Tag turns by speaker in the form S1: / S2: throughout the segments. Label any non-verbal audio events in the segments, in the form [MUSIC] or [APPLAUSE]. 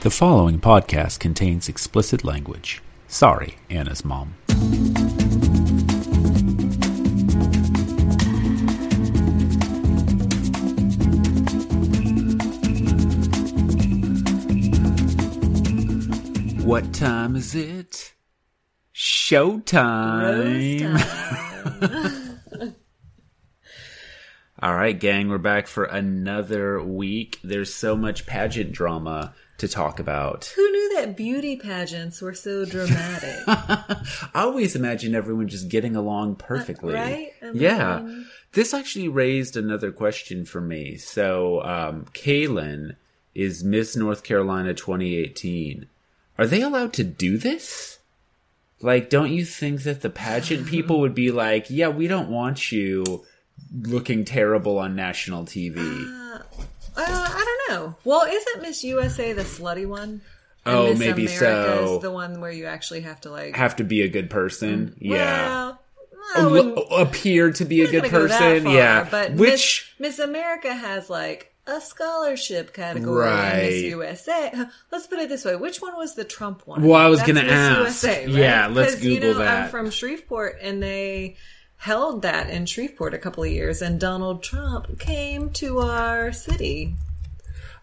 S1: The following podcast contains explicit language. Sorry, Anna's mom. What time is it? Showtime. [LAUGHS] All right, gang, we're back for another week. There's so much pageant drama to talk about.
S2: Who knew that beauty pageants were so dramatic?
S1: [LAUGHS]
S2: Uh,
S1: I always imagined everyone just getting along perfectly.
S2: Uh, right? I
S1: yeah.
S2: mean-
S1: This actually raised another question for me. So, um, Kaylin is Miss North Carolina 2018. Are they allowed to do this? Like, don't you think that the pageant people would be like, yeah, we don't want you looking terrible on national TV?
S2: uh, I don't know. Well, isn't Miss USA the slutty one? And
S1: Oh,
S2: Miss
S1: maybe
S2: America
S1: so.
S2: Is the one where you actually have to like.
S1: Have to be a good person? Yeah.
S2: Mm.
S1: Oh,
S2: Well, I wouldn't-
S1: Lo- appear to be a
S2: I'm not
S1: good
S2: gonna go that
S1: person?
S2: far,
S1: yeah.
S2: but
S1: Which.
S2: Miss, Miss America has like a scholarship category. and
S1: Right.
S2: Miss USA. [LAUGHS] Let's put it this way: which one was the Trump one?
S1: Well, I was
S2: That's
S1: gonna
S2: Miss
S1: ask.
S2: USA, right?
S1: Yeah, let's
S2: 'Cause, you
S1: Google
S2: know,
S1: that.
S2: I'm from Shreveport, and they held that in Shreveport a couple of years, and Donald Trump came to our city.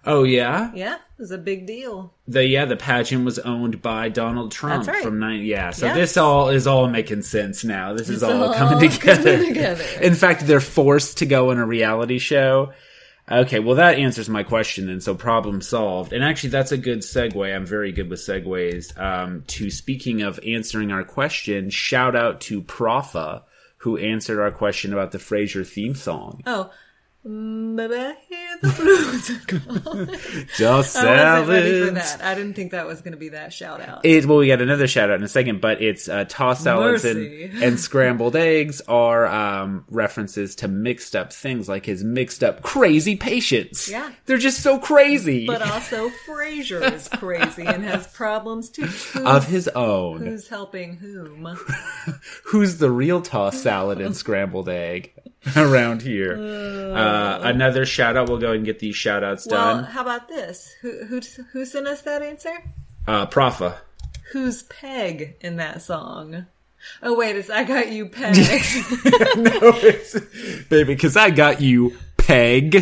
S1: Oh, yeah?
S2: Yeah, it was a big deal.
S1: the yeah the pageant was owned by Donald Trump
S2: That's right.
S1: from nine yeah so
S2: Yes.
S1: this all is all making sense now this is
S2: It's
S1: all,
S2: all
S1: coming together.
S2: coming together.
S1: [LAUGHS] in fact they're forced to go on a reality show okay well that answers my question then so problem solved and actually that's a good segue I'm very good with segues um, to speaking of answering our question shout out to Profa who answered our question about the Frasier theme song
S2: Oh. Maybe [LAUGHS] I hear the blues.
S1: just
S2: I wasn't ready for
S1: salads.
S2: that. I didn't think that was going to be that shout out.
S1: It well, we got another shout out in a second, but it's uh, tossed salads
S2: Mercy.
S1: and, and scrambled eggs are um, references to mixed up things, like his mixed up crazy patients.
S2: Yeah.
S1: they're just so crazy [LAUGHS]
S2: But um, also, Frasier is crazy and has problems too. Who-
S1: of his own.
S2: who's helping whom?
S1: Who's the real tossed salad and scrambled egg [LAUGHS] around here? Uh, another shout out. We'll go and get these shout outs
S2: Well,
S1: done.
S2: how about this? Who who who sent us that answer?
S1: Uh, Profa. [LAUGHS]
S2: Who's Peg in that song? Oh wait, it's I got you,
S1: [LAUGHS]
S2: Peg.
S1: no, it's, baby, because I got you, Peg.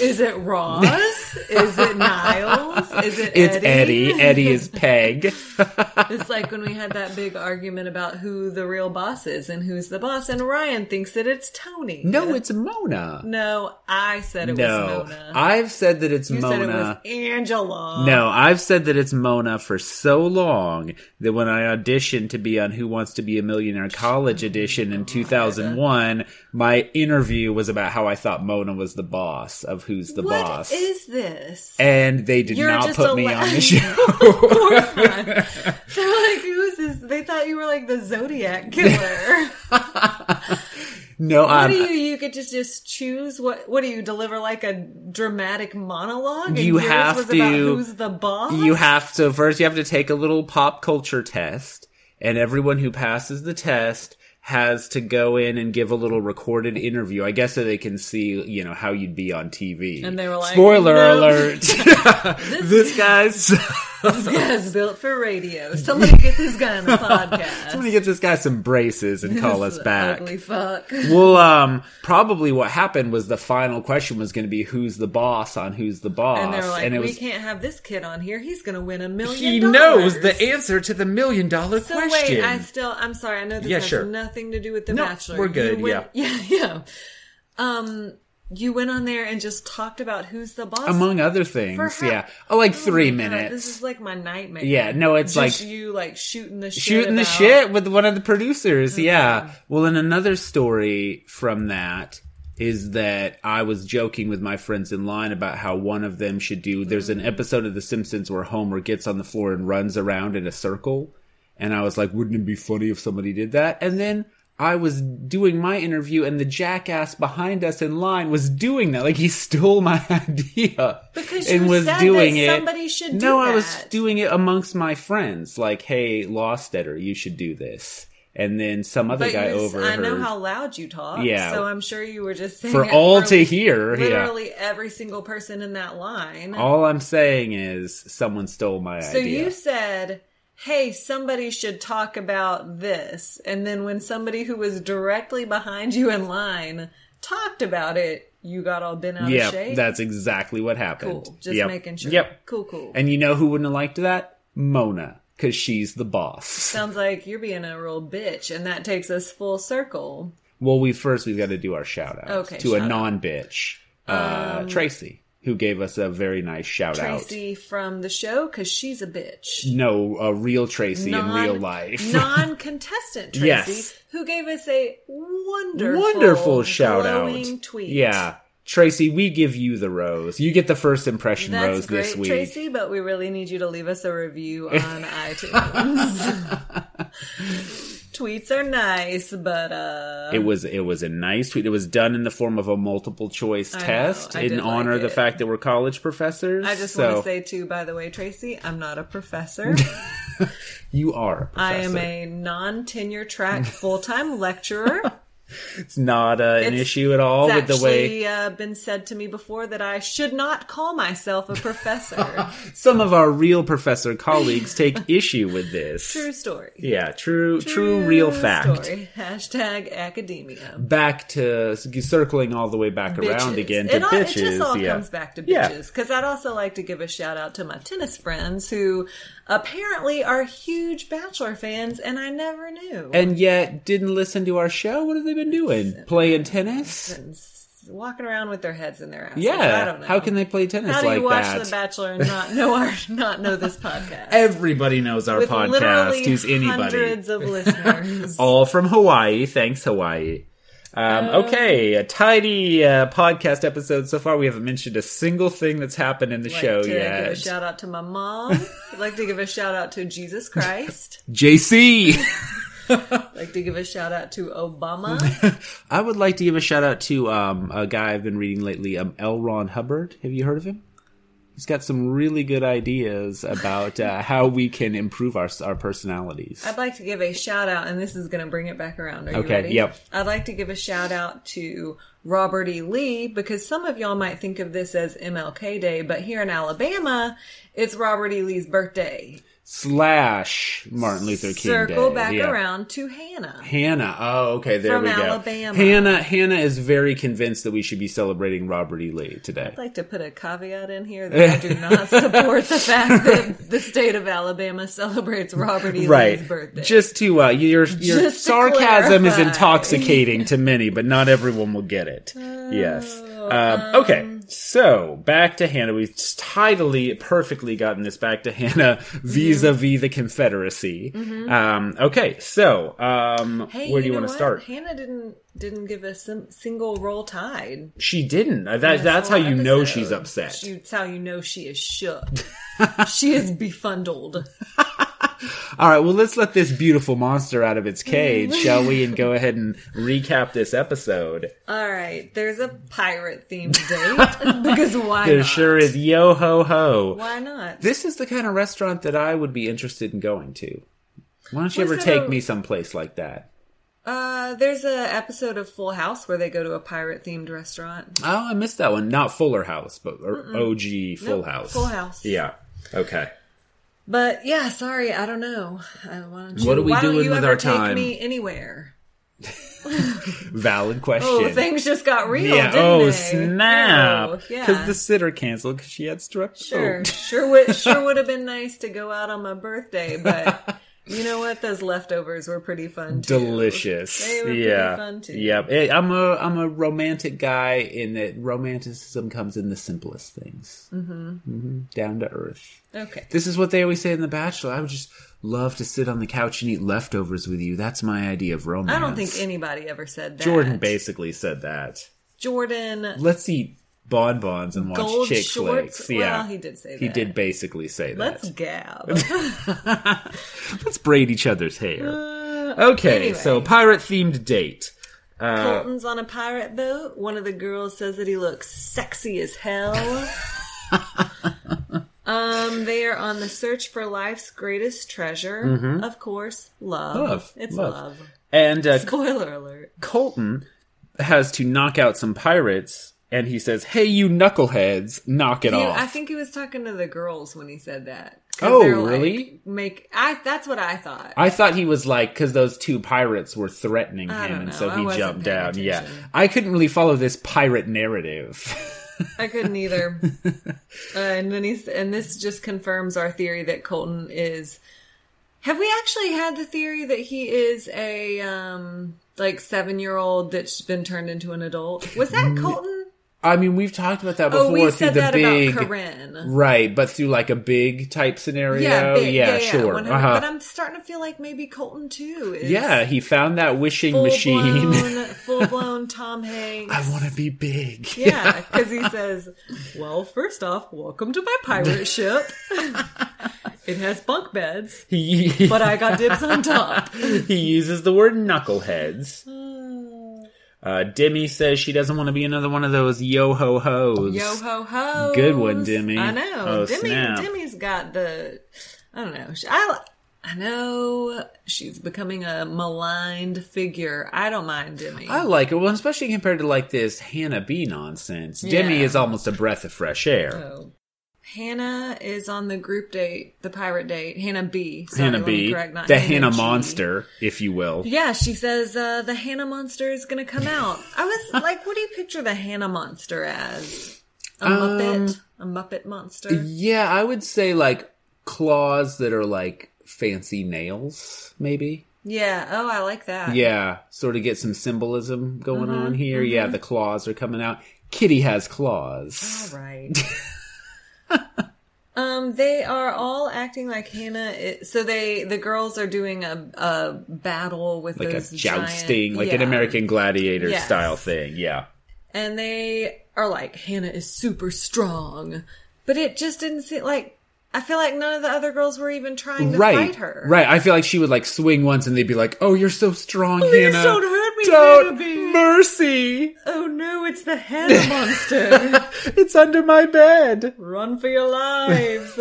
S2: is it Ross? Is it Niles? Is it
S1: It's
S2: Eddie?
S1: Eddie. Eddie
S2: [LAUGHS]
S1: is Peg.
S2: It's like when we had that big argument about who the real boss is and who's the boss, and Ryan thinks that it's Tony.
S1: No, it's Mona.
S2: no, I said it
S1: No,
S2: was Mona.
S1: I've said that it's
S2: you
S1: Mona.
S2: said it was Angela.
S1: no, I've said that it's Mona for so long that when I auditioned to be on Who Wants to Be a Millionaire College Edition
S2: [LAUGHS]
S1: in 2001, my interview was about how I thought Mona was the boss of Who's the
S2: What
S1: Boss.
S2: is this? [LAUGHS]
S1: and they did
S2: You're
S1: not
S2: just
S1: put
S2: a
S1: me
S2: la- [LAUGHS]
S1: on the show. [LAUGHS]
S2: They're like, who is this? They thought you were like the Zodiac
S1: [LAUGHS]
S2: killer.
S1: No,
S2: what
S1: I'm,
S2: do you? You could just just choose what? What do you deliver like a dramatic monologue? And
S1: You
S2: yours
S1: have
S2: was
S1: to-
S2: About who's the boss? [LAUGHS]
S1: You have to first you have to take a little pop culture test, and everyone who passes the test has to go in and give a little recorded interview. I guess so they can see, you know, how you'd be on TV.
S2: And they were like,
S1: "Spoiler
S2: "Nope." [LAUGHS]
S1: alert! [LAUGHS] this guy's
S2: this guy's built for radio. Somebody get this guy on the
S1: [LAUGHS] [LAUGHS]
S2: podcast.
S1: somebody get this guy some braces and call us
S2: This
S1: back."
S2: Ugly fuck.
S1: Well, um, probably what happened was the final question was going to be who's the boss on who's the boss,
S2: And they were like,
S1: it
S2: we
S1: was
S2: can't have this kid on here. He's going to win a million.
S1: he knows
S2: dollars."
S1: the answer to the million dollar
S2: So
S1: question.
S2: wait, I still I'm sorry. I know this
S1: Yeah,
S2: has
S1: sure.
S2: nothing to do with the
S1: No,
S2: Bachelor.
S1: we're good,
S2: You went- [LAUGHS] yeah, yeah. Um, you went on there and just talked about who's the boss.
S1: among other things.
S2: For how-
S1: Yeah, oh, like
S2: three
S1: three minutes.
S2: This is like my nightmare.
S1: Yeah, no, it's
S2: Just
S1: like-
S2: you like shooting the shit
S1: shooting the
S2: about-
S1: shit with one of the producers. Yeah. Well, and another story from that is that I was joking with my friends in line about how one of them should do. There's
S2: Mm-hmm.
S1: an episode of The Simpsons where Homer gets on the floor and runs around in a circle. And I was like, wouldn't it be funny if somebody did that? And then I was doing my interview and the jackass behind us in line was doing that. Like he stole my [LAUGHS] idea
S2: Because
S1: and
S2: you
S1: was
S2: said
S1: doing
S2: that
S1: it.
S2: somebody should do
S1: no, I was
S2: that.
S1: doing it amongst my friends. Like, hey, Lawstetter, you should do this. and then some other
S2: But
S1: guy
S2: you s-
S1: over
S2: I know how loud you talk.
S1: Yeah.
S2: So I'm sure you were just saying
S1: for
S2: it
S1: all
S2: for
S1: to hear. Yeah.
S2: Literally every single person in that line.
S1: All I'm saying is someone stole my
S2: so
S1: idea.
S2: you said, hey, somebody should talk about this. And then when somebody who was directly behind you in line talked about it, you got all bent out of
S1: yeah,
S2: shape.
S1: that's exactly what happened.
S2: cool. Just
S1: Yep.
S2: making sure.
S1: Yep.
S2: Cool, cool.
S1: And you know who wouldn't have liked that? Mona, because she's the boss.
S2: Sounds like you're being a real bitch, and that takes us full circle.
S1: well, we first we've got to do our shout out
S2: Okay,
S1: to a
S2: shout-out.
S1: non bitch, uh, Tracy, who gave us a very nice shout out.
S2: Tracy from the show, because she's a bitch.
S1: No, a real Tracy in real life. [LAUGHS]
S2: non-contestant Tracy,
S1: Yes.
S2: who gave us a wonderful,
S1: Wonderful shout out.
S2: glowing tweet.
S1: Yeah. Tracy, we give you the rose. You get the first impression
S2: That's
S1: rose
S2: great,
S1: this week.
S2: Tracy, but we really need you to leave us a review on
S1: [LAUGHS]
S2: iTunes. [LAUGHS] Tweets are nice, but uh
S1: It was it was a nice tweet. It was done in the form of a multiple choice
S2: know,
S1: test
S2: I
S1: in
S2: did like
S1: honor of the
S2: it.
S1: fact that we're college professors.
S2: I just
S1: so
S2: want to say too, by the way, Tracy, I'm not
S1: [LAUGHS]
S2: a professor.
S1: you are. A
S2: I am
S1: professor.
S2: a
S1: [LAUGHS]
S2: non-tenure track full-time lecturer.
S1: It's not uh, an
S2: It's-
S1: issue at all
S2: It's
S1: with the way
S2: actually uh, been said to me before that I should not call
S1: [LAUGHS]
S2: myself a professor.
S1: some of our real professor colleagues
S2: [LAUGHS]
S1: take issue with this.
S2: True story.
S1: Yeah, true, true, real fact.
S2: Story. Hashtag academia.
S1: Back to circling all the way back around
S2: Bitches.
S1: again to
S2: it, all,
S1: bitches.
S2: it just all
S1: yeah.
S2: comes back to
S1: Yeah.
S2: bitches. Because I'd also like to give a shout out to my tennis friends who apparently are huge Bachelor fans, and I never knew.
S1: and yet didn't listen to our show. What have they been doing? Playing tennis?
S2: S- Walking around with their heads in their asses.
S1: Yeah.
S2: I don't know.
S1: How can they play tennis
S2: How do
S1: like
S2: you watch
S1: that?
S2: The Bachelor and not
S1: [LAUGHS]
S2: know our not know this podcast?
S1: Everybody knows our
S2: With
S1: podcast.
S2: literally
S1: Who's anybody? [LAUGHS]
S2: hundreds of listeners.
S1: All from Hawaii. Thanks, Hawaii. Um,
S2: Oh.
S1: okay, a tidy uh, podcast episode so far. We haven't mentioned a single thing that's happened in the
S2: like
S1: show
S2: to give a
S1: yet.
S2: shout out to my mom. I'd like to give a shout out to Jesus Christ.
S1: [LAUGHS] JC.
S2: I'd like to give a shout out to Obama.
S1: I would like to give a shout out to um, a guy I've been reading lately, um, L. Ron Hubbard. Have you heard of him? He's got some really good ideas about
S2: [LAUGHS]
S1: uh, how we can improve our our personalities.
S2: I'd like to give a shout out, and this is going to bring it back around. Are you
S1: Okay,
S2: ready?
S1: yep.
S2: I'd like to give a shout out to Robert E. Lee because some of y'all might think of this as MLK Day, but here in Alabama, it's Robert E. Lee's birthday.
S1: Slash Martin Luther King.
S2: Circle
S1: Day.
S2: back
S1: Yeah.
S2: around to Hannah.
S1: Hannah. Oh, okay. There
S2: From
S1: we go.
S2: Alabama.
S1: Hannah. Hannah is very convinced that we should be celebrating Robert E. Lee today.
S2: I'd like to put a caveat in here that I do
S1: [LAUGHS]
S2: not support the fact that the state of Alabama celebrates Robert E.
S1: Right.
S2: Lee's birthday.
S1: Just to uh, your your
S2: Just to
S1: sarcasm
S2: clarify.
S1: is intoxicating to many, but not everyone will get it.
S2: Oh,
S1: yes. Um, okay. So back to Hannah. We've tidily, perfectly gotten this back to Hannah [LAUGHS]
S2: Mm-hmm.
S1: vis-a-vis the Confederacy. Um, okay. So um,
S2: Hey,
S1: where do you
S2: know
S1: want to
S2: what?
S1: start?
S2: Hannah didn't didn't give a sim- single roll tide.
S1: She didn't. Uh, That,
S2: this
S1: that's how
S2: whole
S1: you know
S2: episode.
S1: she's upset.
S2: She- It's how you know she is shook. [LAUGHS] she is befundled.
S1: All right, well, let's let this beautiful monster out of its
S2: [LAUGHS]
S1: cage, shall we? And go ahead and recap this episode.
S2: All right, there's a
S1: [LAUGHS]
S2: pirate themed date because why
S1: There
S2: not?
S1: sure is yo ho ho.
S2: Why not?
S1: This is the kind of restaurant that I would be interested in going to. Why don't you
S2: Was
S1: ever
S2: it
S1: take
S2: a-
S1: me someplace like that?
S2: Uh, there's a episode of Full House where they go to a pirate themed restaurant.
S1: Oh, I missed that one. Not Fuller House, but or OG Full
S2: Nope,
S1: House.
S2: Full House.
S1: Yeah. Okay.
S2: But yeah, sorry, I don't know. I, why don't you,
S1: What are we
S2: why don't
S1: doing
S2: you
S1: with
S2: ever
S1: our
S2: take
S1: time?
S2: me anywhere?
S1: Valid question.
S2: Oh, things just got real.
S1: yeah.
S2: Didn't
S1: Oh,
S2: they?
S1: snap.
S2: Oh,
S1: Because
S2: yeah.
S1: the sitter canceled because she had strep
S2: Sure,
S1: throat.
S2: sure would sure would have been nice to go out on my birthday,
S1: [LAUGHS]
S2: but you know what? Those leftovers were pretty fun
S1: [LAUGHS]
S2: too.
S1: delicious.
S2: They were pretty
S1: yeah,
S2: fun, too.
S1: Yep. Eh, I'm a I'm a romantic guy in that romanticism comes in the simplest things, mm-hmm. down to earth.
S2: Okay,
S1: This is what they always say in The Bachelor. I would just love to sit on the couch and eat leftovers with you. That's my idea of romance.
S2: I don't think anybody ever said that.
S1: Jordan basically said that.
S2: Jordan
S1: Let's eat bonbons and watch
S2: gold
S1: chick
S2: shorts.
S1: flicks. Yeah.
S2: Well, he did say that.
S1: He did basically say that. [LAUGHS]
S2: Let's gab.
S1: Let's braid each other's hair. okay,
S2: Uh, anyway.
S1: so pirate themed date. Uh,
S2: Colton's on a pirate boat. One of
S1: [LAUGHS]
S2: the girls says that he looks sexy as hell. um, Um, they are on the search for life's greatest treasure. Of course, love.
S1: Mm-hmm. Love,
S2: It's
S1: love.
S2: love.
S1: And uh,
S2: Spoiler alert.
S1: Colton has to knock out some pirates, and he says, "Hey, you knuckleheads, knock it
S2: Dude,
S1: off."
S2: I think he was talking to the girls when he said that. 'Cause
S1: Oh,
S2: they're, like,
S1: really?
S2: make I. That's what I thought.
S1: I thought he was like because those two pirates were threatening
S2: I
S1: him,
S2: don't
S1: and
S2: know.
S1: so
S2: I
S1: he
S2: wasn't
S1: jumped
S2: paying
S1: down. Yeah,
S2: attention.
S1: I couldn't really follow this pirate narrative. [LAUGHS]
S2: I couldn't either. uh, and then he's, and this just confirms our theory that Colton is. Have we actually had the theory that he is a um like seven year old that's been turned into an adult? Was that Colton?
S1: I mean, we've talked about that Mm, before
S2: oh, we
S1: through
S2: said
S1: the
S2: that
S1: big,
S2: about Corinne.
S1: right? But through like a big type scenario, yeah,
S2: big-
S1: sure,
S2: 100
S1: uh-huh.
S2: But I'm starting to feel like maybe Colton too is
S1: yeah. He found that wishing machine. [LAUGHS]
S2: full blown Tom Hanks.
S1: I want to be big.
S2: Yeah, because he says, "Well, first off, welcome to my [LAUGHS] pirate ship. it has bunk beds,
S1: He,
S2: [LAUGHS] but uh, I got dibs on
S1: [LAUGHS]
S2: top."
S1: he uses the word
S2: [SIGHS]
S1: knuckleheads. Uh, Demi says she doesn't want to be another one of those yo ho hoes.
S2: [LAUGHS] Yo ho ho!
S1: Good one, Demi.
S2: I know.
S1: Oh,
S2: Demi.
S1: snap.
S2: Demi's got the. I don't know. She- I. I know she's becoming a maligned figure. I don't mind Demi.
S1: I like it. Well, especially compared to like this Hannah B nonsense. Demi
S2: Yeah. Uh,
S1: is almost a breath of fresh air.
S2: So, Hannah is on the group date, the pirate date. Hannah B. Sorry,
S1: Hannah
S2: let me
S1: B,
S2: correct, not
S1: the Hannah
S2: G.
S1: monster, if you will.
S2: Yeah, she says uh, the Hannah monster is going to come out. I
S1: [LAUGHS]
S2: was like, what do you picture the Hannah monster as?
S1: Um,
S2: A Muppet, a Muppet monster.
S1: Yeah, I would say like claws that are like fancy nails, maybe.
S2: Yeah. Oh, I like that.
S1: Yeah, sort of get some symbolism going
S2: Mm-hmm,
S1: on here. Yeah, the claws are coming out. Kitty has claws.
S2: All
S1: [LAUGHS]
S2: right. um, they are all acting like Hannah. Is, so they, the girls are doing a, a battle with
S1: like a
S2: Oh, those
S1: jousting,
S2: giant-
S1: like an
S2: Yeah.
S1: American Gladiator
S2: Yes.
S1: style thing. Yeah.
S2: and they are like Hannah is super strong, but it just didn't seem like I feel like none of the other girls were even trying to
S1: right.
S2: fight her.
S1: Right. I feel like she would like swing once and they'd be like, oh, you're so strong,
S2: Please
S1: Hannah.
S2: don't hurt me,
S1: Don't.
S2: baby."
S1: Mercy. [LAUGHS]
S2: Oh no, it's the Hannah monster!
S1: It's under my bed.
S2: Run for your
S1: [LAUGHS]
S2: lives!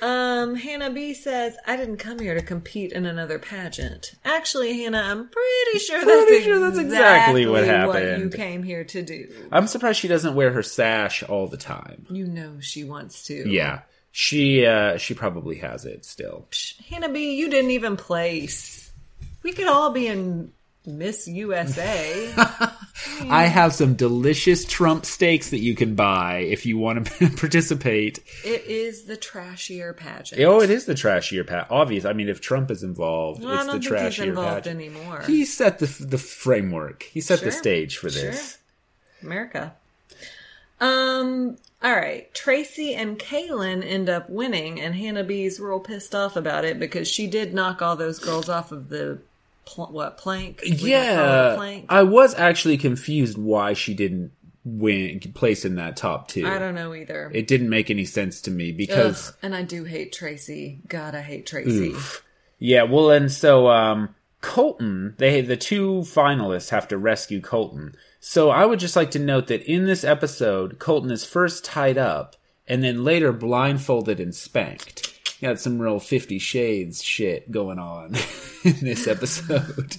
S2: um, Hannah B says, "I didn't come here to compete in another pageant. Actually, Hannah, I'm pretty sure that's,
S1: Pretty sure that's exactly what
S2: you
S1: happened.
S2: came here to do.
S1: I'm surprised she doesn't wear her sash all the time.
S2: You know she wants to.
S1: Yeah. She uh she probably has it still.
S2: Psh, Hannah B, you didn't even place. We could all be in Miss
S1: [LAUGHS]
S2: USA.
S1: I have some delicious Trump steaks that you can buy if you
S2: [LAUGHS]
S1: want to participate.
S2: it is the trashier pageant.
S1: Oh, it is the trashier pat. Obvious. I mean, if Trump is involved,
S2: Well, I
S1: it's
S2: don't
S1: the
S2: think
S1: trashier
S2: he's involved
S1: patch.
S2: anymore.
S1: He set the the framework. He set
S2: Sure.
S1: the stage for this.
S2: America. Um. All right. Tracy and Kaylin end up winning, and Hannah B's real pissed off about it because she did knock all those girls off of the pl- what plank? We don't call it a
S1: Yeah,
S2: plank. I,
S1: I was actually confused why she didn't win place in that top two.
S2: don't know either.
S1: It didn't make any sense to me
S2: Ugh,
S1: because
S2: and I do hate Tracy. God, I hate Tracy.
S1: yeah. Well, and so um, Colton, they the two finalists have to rescue Colton. So I would just like to note that in this episode, Colton is first tied up and then later blindfolded and spanked. Got some real Fifty Shades shit going on [LAUGHS] in this episode.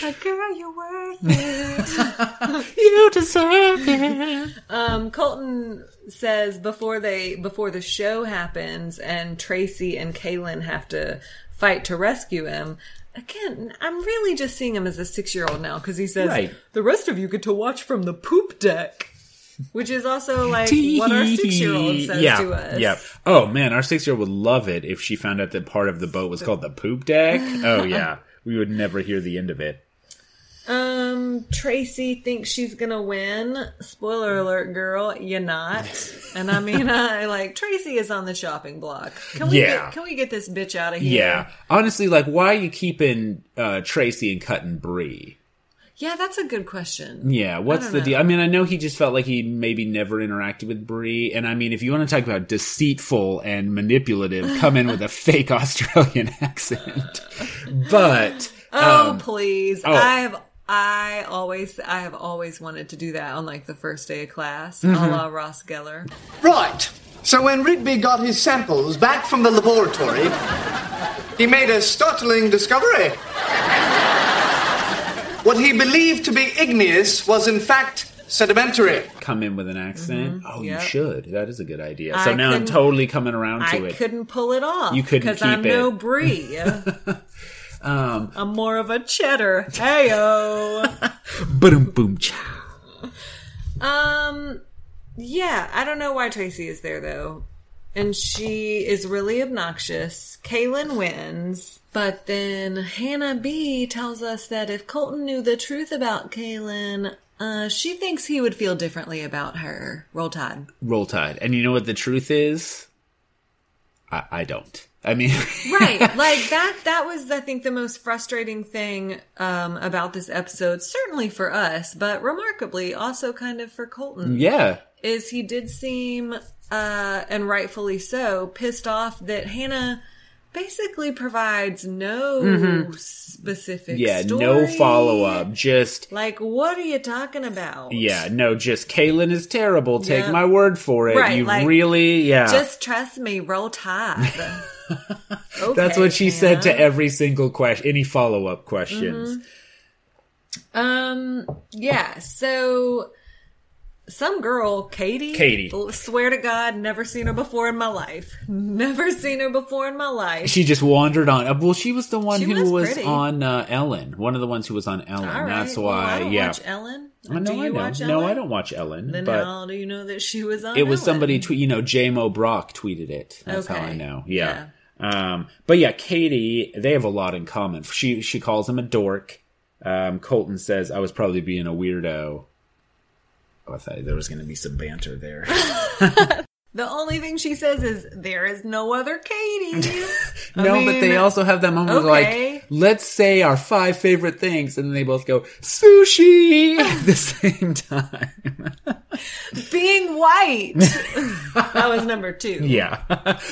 S2: Like, girl, you're worth it.
S1: You deserve it.
S2: um, Colton says before they before the show happens, and Tracy and Kaylin have to fight to rescue him. Again, I'm really just seeing him as a six year old now because he says
S1: Right.
S2: the rest of you get to watch from the poop deck, which is also like what our six year old
S1: [LAUGHS]
S2: says
S1: yeah,
S2: to us.
S1: Yeah. Oh man, our six year old would love it if she found out that part of the boat was called the poop deck. Oh
S2: [LAUGHS]
S1: yeah. We would never hear the end of it.
S2: Um, Tracy thinks she's gonna win. Spoiler alert, girl, you're
S1: [LAUGHS]
S2: not. And I mean, I like Tracy is on the chopping block. Can we
S1: Yeah.
S2: get, can we get this bitch out of
S1: Yeah.
S2: here?
S1: Honestly, like why are you keeping uh Tracy and cutting Bree?
S2: yeah, that's a good question.
S1: Yeah, what's
S2: don't
S1: the
S2: know.
S1: deal? I mean, I know he just felt like he maybe never interacted with Bree, and I mean, if you want to talk about deceitful and manipulative, come in with a fake [LAUGHS] Australian accent. But
S2: Oh
S1: Um,
S2: please, I have I always I
S1: Mm-hmm.
S2: have always wanted to do that on like the first day of class, a la Ross Geller.
S3: Right. So when Rigby got his samples back from the laboratory, he made a startling discovery. What he believed to be igneous was in fact sedimentary.
S1: Come in with an accent. Oh,
S2: Mm-hmm. Yep.
S1: you should. That is a good idea.
S2: I
S1: so now I'm
S2: couldn't-
S1: totally coming around to
S2: I
S1: it.
S2: couldn't pull it off.
S1: You couldn't
S2: because I'm
S1: keep it. Um, [LAUGHS]
S2: no brie. I'm more of a cheddar. Heyo.
S1: Boom, boom, chow.
S2: um, yeah, I don't know why Tracy is there though, and she is really obnoxious. Kaylin wins, but then Hannah B tells us that if Colton knew the truth about Kaylin, uh, she thinks he would feel differently about her. Roll Tide.
S1: Roll Tide. And you know what the truth is? I, I don't. I mean, [LAUGHS]
S2: [LAUGHS] right like that that was i think the most frustrating thing um, about this episode certainly for us but remarkably also kind of for colton
S1: yeah.
S2: is he did seem uh, and rightfully so pissed off that hannah basically provides no specific
S1: Mm-hmm. Yeah, no
S2: story.
S1: follow up. Just,
S2: like what are you talking about
S1: yeah, no, just Kaylin is terrible. Take
S2: Yeah.
S1: my word for it.
S2: Right,
S1: you
S2: like,
S1: really, yeah.
S2: just trust me roll tide
S1: [LAUGHS] That's
S2: Okay,
S1: what she
S2: Hannah.
S1: said to every single question, any follow up questions.
S2: Mm-hmm. Um. Yeah. So, some girl, Katie.
S1: Katie.
S2: l- Swear to God, never seen her before in my life. [LAUGHS] Never seen her before in my life.
S1: She just wandered on. uh, Well, she was the one
S2: She
S1: who
S2: was
S1: was
S2: pretty.
S1: on uh, Ellen. One of the ones who was on Ellen.
S2: All right.
S1: That's
S2: well,
S1: why.
S2: I don't
S1: yeah.
S2: Watch Ellen.
S1: I know,
S2: do you
S1: I know.
S2: watch Ellen?
S1: no, I don't watch Ellen.
S2: Then
S1: but
S2: how do you know that she was on?
S1: it was
S2: Ellen?
S1: somebody tweet. You know, J-Mo Brock tweeted it. That's how I
S2: Okay.
S1: know. Yeah. Um, but yeah, Katie. They have a lot in common. She she calls him a dork. Um, Colton says, "I was probably being a weirdo." Oh, I thought there was going to be some banter
S2: [LAUGHS]
S1: there.
S2: The only thing she says is, "There is no other Katie." [LAUGHS]
S1: [LAUGHS]
S2: I
S1: No, but
S2: mean,
S1: they also have that moment of
S2: okay.
S1: like, let's say our five favorite things, and then they both go sushi [LAUGHS] at the same time.
S2: being white.
S1: [LAUGHS]
S2: that was number two.
S1: Yeah,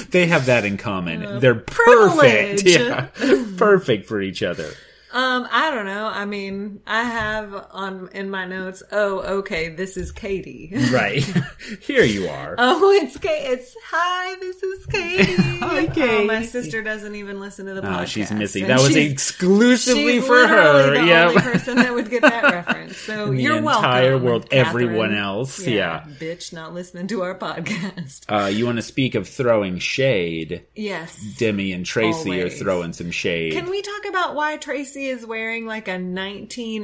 S1: [LAUGHS] they have that in common. They're perfect.
S2: Uh, privilege.
S1: Yeah, [LAUGHS] perfect for each other.
S2: Um, I don't know. I mean, I have on in my notes. Oh, okay, this is Katie. [LAUGHS]
S1: Right [LAUGHS] here, you are.
S2: Oh, it's Kate. It's hi. This
S1: [LAUGHS]
S2: is Katie. hi,
S1: Katie.
S2: my sister doesn't even listen to the podcast.
S1: Ah, she's missing.
S2: and
S1: That was
S2: she's-
S1: exclusively
S2: she's
S1: for
S2: literally
S1: her.
S2: The
S1: Yeah.
S2: only person that would get that reference.
S1: [LAUGHS]
S2: So
S1: the
S2: you're welcome.
S1: entire world,
S2: Catherine.
S1: everyone else, yeah.
S2: bitch, not listening to our
S1: [LAUGHS]
S2: podcast.
S1: [LAUGHS] Uh, you want to speak of throwing shade?
S2: yes.
S1: Demi and Tracy
S2: Always.
S1: are throwing some shade.
S2: Can we talk about why Tracy is wearing like a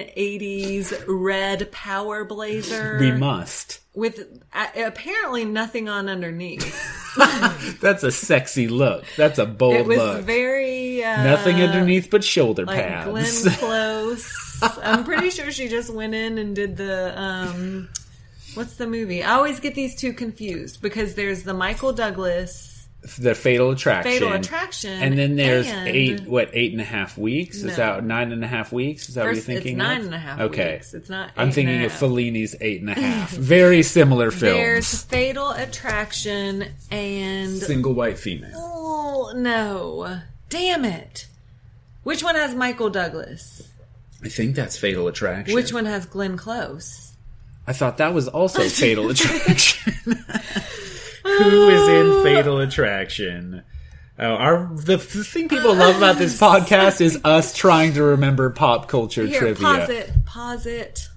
S2: 1980s red power blazer?
S1: we must.
S2: with uh, apparently nothing
S1: [LAUGHS]
S2: on underneath.
S1: That's a sexy look. That's a bold
S2: It was
S1: look.
S2: very uh,
S1: Nothing underneath but shoulder
S2: like
S1: pads.
S2: Glenn Close. I'm pretty sure she just went in and did the um, what's the movie? I always get these two confused because there's the Michael Douglas
S1: [LAUGHS] the Fatal Attraction.
S2: Fatal Attraction,
S1: And then there's
S2: and-
S1: eight, what, eight and a half weeks? Is
S2: No.
S1: that nine and a half weeks? Is that what you're
S2: First, it's
S1: thinking?
S2: nine
S1: of?
S2: and a half
S1: Okay.
S2: weeks. It's not eight
S1: I'm
S2: and
S1: thinking
S2: a
S1: of
S2: half.
S1: Fellini's eight
S2: [LAUGHS]
S1: and a half. Very similar
S2: There's
S1: films.
S2: Fatal Attraction and [LAUGHS]
S1: Single white female.
S2: oh no, damn it! Which one has Michael Douglas?
S1: I think that's Fatal Attraction.
S2: Which one has Glenn Close?
S1: I thought that was also
S2: [LAUGHS]
S1: Fatal Attraction. [LAUGHS] Who is
S2: Oh.
S1: in Fatal Attraction? Oh, our the, the thing people love about
S2: [LAUGHS]
S1: this podcast is us trying to remember pop culture
S2: Here,
S1: trivia.
S2: pause it. Pause it.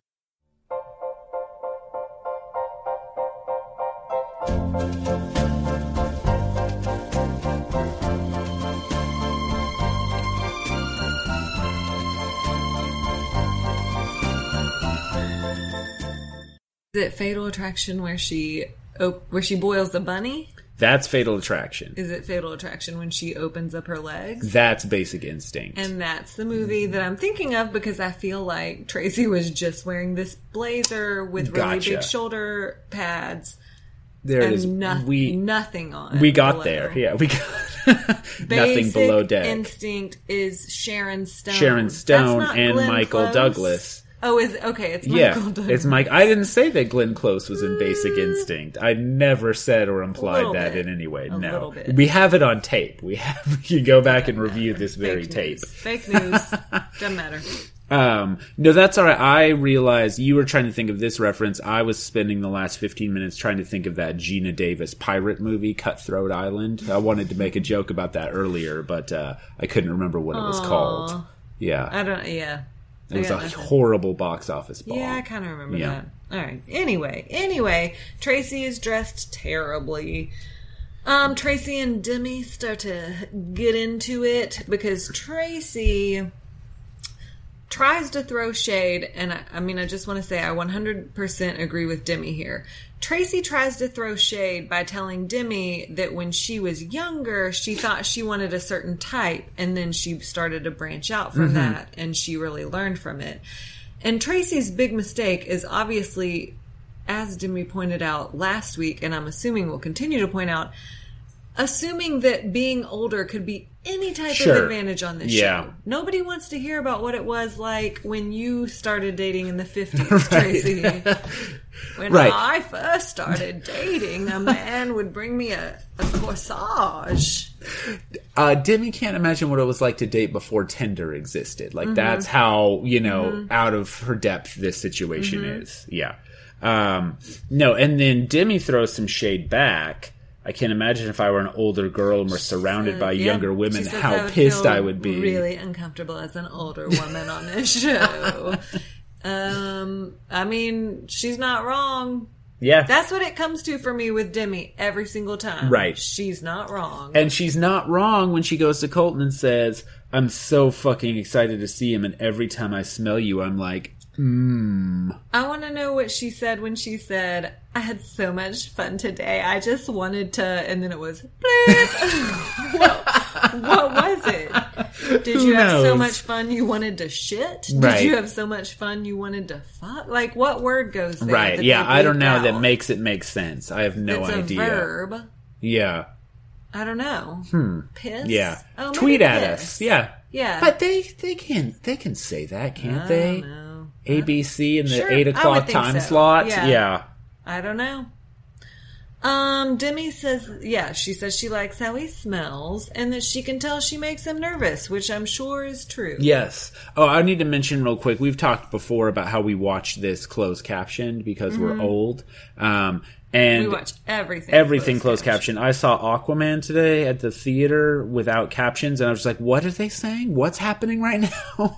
S2: Is it Fatal Attraction where she op- where she boils the bunny?
S1: That's Fatal Attraction.
S2: Is it Fatal Attraction when she opens up her legs?
S1: That's Basic Instinct.
S2: And that's the movie that I'm thinking of because I feel like Tracy was just wearing this blazer with really
S1: Gotcha.
S2: big shoulder pads
S1: there it is.
S2: and noth-
S1: we
S2: nothing on.
S1: we got
S2: below.
S1: there. Yeah, we got [LAUGHS] nothing
S2: Basic
S1: below deck.
S2: Instinct is Sharon Stone.
S1: Sharon
S2: That's
S1: Stone
S2: not
S1: and
S2: Glenn
S1: Michael
S2: Close.
S1: Douglas.
S2: Oh, is okay. It's
S1: yeah,
S2: Michael Douglas.
S1: it's Mike. I didn't say that Glenn Close was in Basic Instinct. I never said or implied
S2: Mm. little
S1: that
S2: bit.
S1: in any way.
S2: A
S1: no,
S2: little bit.
S1: we have it on [LAUGHS]
S2: [LAUGHS]
S1: tape. We have. You can go back and review this very
S2: Fake
S1: tape.
S2: news. Fake news. Doesn't matter.
S1: Um, no, that's all right. I realized you were trying to think of this reference. I was spending the last 15 minutes trying to think of that Gina Davis pirate movie, Cutthroat Island. I wanted to make a joke about that earlier, but uh, I couldn't remember what it was
S2: Aw.
S1: called. Yeah.
S2: I don't. Yeah.
S1: It was
S2: I
S1: a
S2: got nothing.
S1: horrible box office bomb.
S2: Yeah, I kind of remember
S1: Yeah.
S2: that. All right. Anyway, anyway, Tracy is dressed terribly. Um, Tracy and Demi start to get into it because Tracy tries to throw shade, and I, I mean, I just want to say I 100% agree with Demi here. Tracy tries to throw shade by telling Demi that when she was younger, she thought she wanted a certain type, and then she started to branch out from that, and she really learned from it. And Tracy's big mistake is obviously, as Demi pointed out last week, and I'm assuming will continue to point out, assuming that being older could be any type of
S1: Sure.
S2: advantage on this
S1: Yeah.
S2: show. Nobody wants to hear about what it was like when you started dating in
S1: [LAUGHS]
S2: the 50s, Tracy. when
S1: Right.
S2: I first started dating, a man would bring me a, a corsage.
S1: uh, Demi can't imagine what it was like to date before Tinder existed.
S2: Mm-hmm.
S1: Like that's how you know out of her depth this situation
S2: Mm-hmm.
S1: is. Yeah. Um, no, and then Demi throws some shade back. I can't imagine if I were an older girl and were surrounded by
S2: Yeah.
S1: younger
S2: She
S1: women,
S2: says
S1: how
S2: would
S1: pissed
S2: feel
S1: I would be.
S2: Really uncomfortable as an older woman on
S1: [LAUGHS]
S2: this show. um, I mean, she's not wrong.
S1: Yeah.
S2: That's what it comes to for me with Demi every single time.
S1: Right.
S2: She's not wrong.
S1: And she's not wrong when she goes to Colton and says, I'm so fucking excited to see him. And every time I smell you, I'm like,
S2: I want to know what she said when she said, I had so much fun today. I just wanted to, and then it was, [LAUGHS] bleep. what, what was
S1: [LAUGHS]
S2: it? Did
S1: Who
S2: you have so
S1: knows?
S2: much fun you wanted to shit?
S1: Right.
S2: Did you have so much fun you wanted to fuck? Like, what word goes there?
S1: right.
S2: that
S1: Yeah.
S2: they
S1: I don't
S2: bleeped
S1: know.
S2: out?
S1: That makes it make sense. I have no
S2: it's
S1: idea.
S2: a verb.
S1: Yeah.
S2: I don't know. Hmm. Piss?
S1: Yeah.
S2: Oh, maybe
S1: Tweet at
S2: piss.
S1: us. Yeah.
S2: Yeah.
S1: But they they can they can say that, can't
S2: I
S1: they?
S2: don't know.
S1: ABC in the
S2: Sure,
S1: eight
S2: I would
S1: o'clock
S2: think
S1: time
S2: so.
S1: slot.
S2: Yeah.
S1: Yeah.
S2: I don't know. Um, Demi says, yeah, she says she likes how he smells and that she can tell she makes him nervous, which I'm sure is true.
S1: Yes. Oh, I need to mention real quick. We've talked before about how we watch this closed captioned because we're old. Um, and
S2: Mm-hmm. We watch everything.
S1: everything closed
S2: closed
S1: caption. I saw Aquaman today at the theater without captions, and I was like, "What are they saying? What's happening right [LAUGHS] now?" I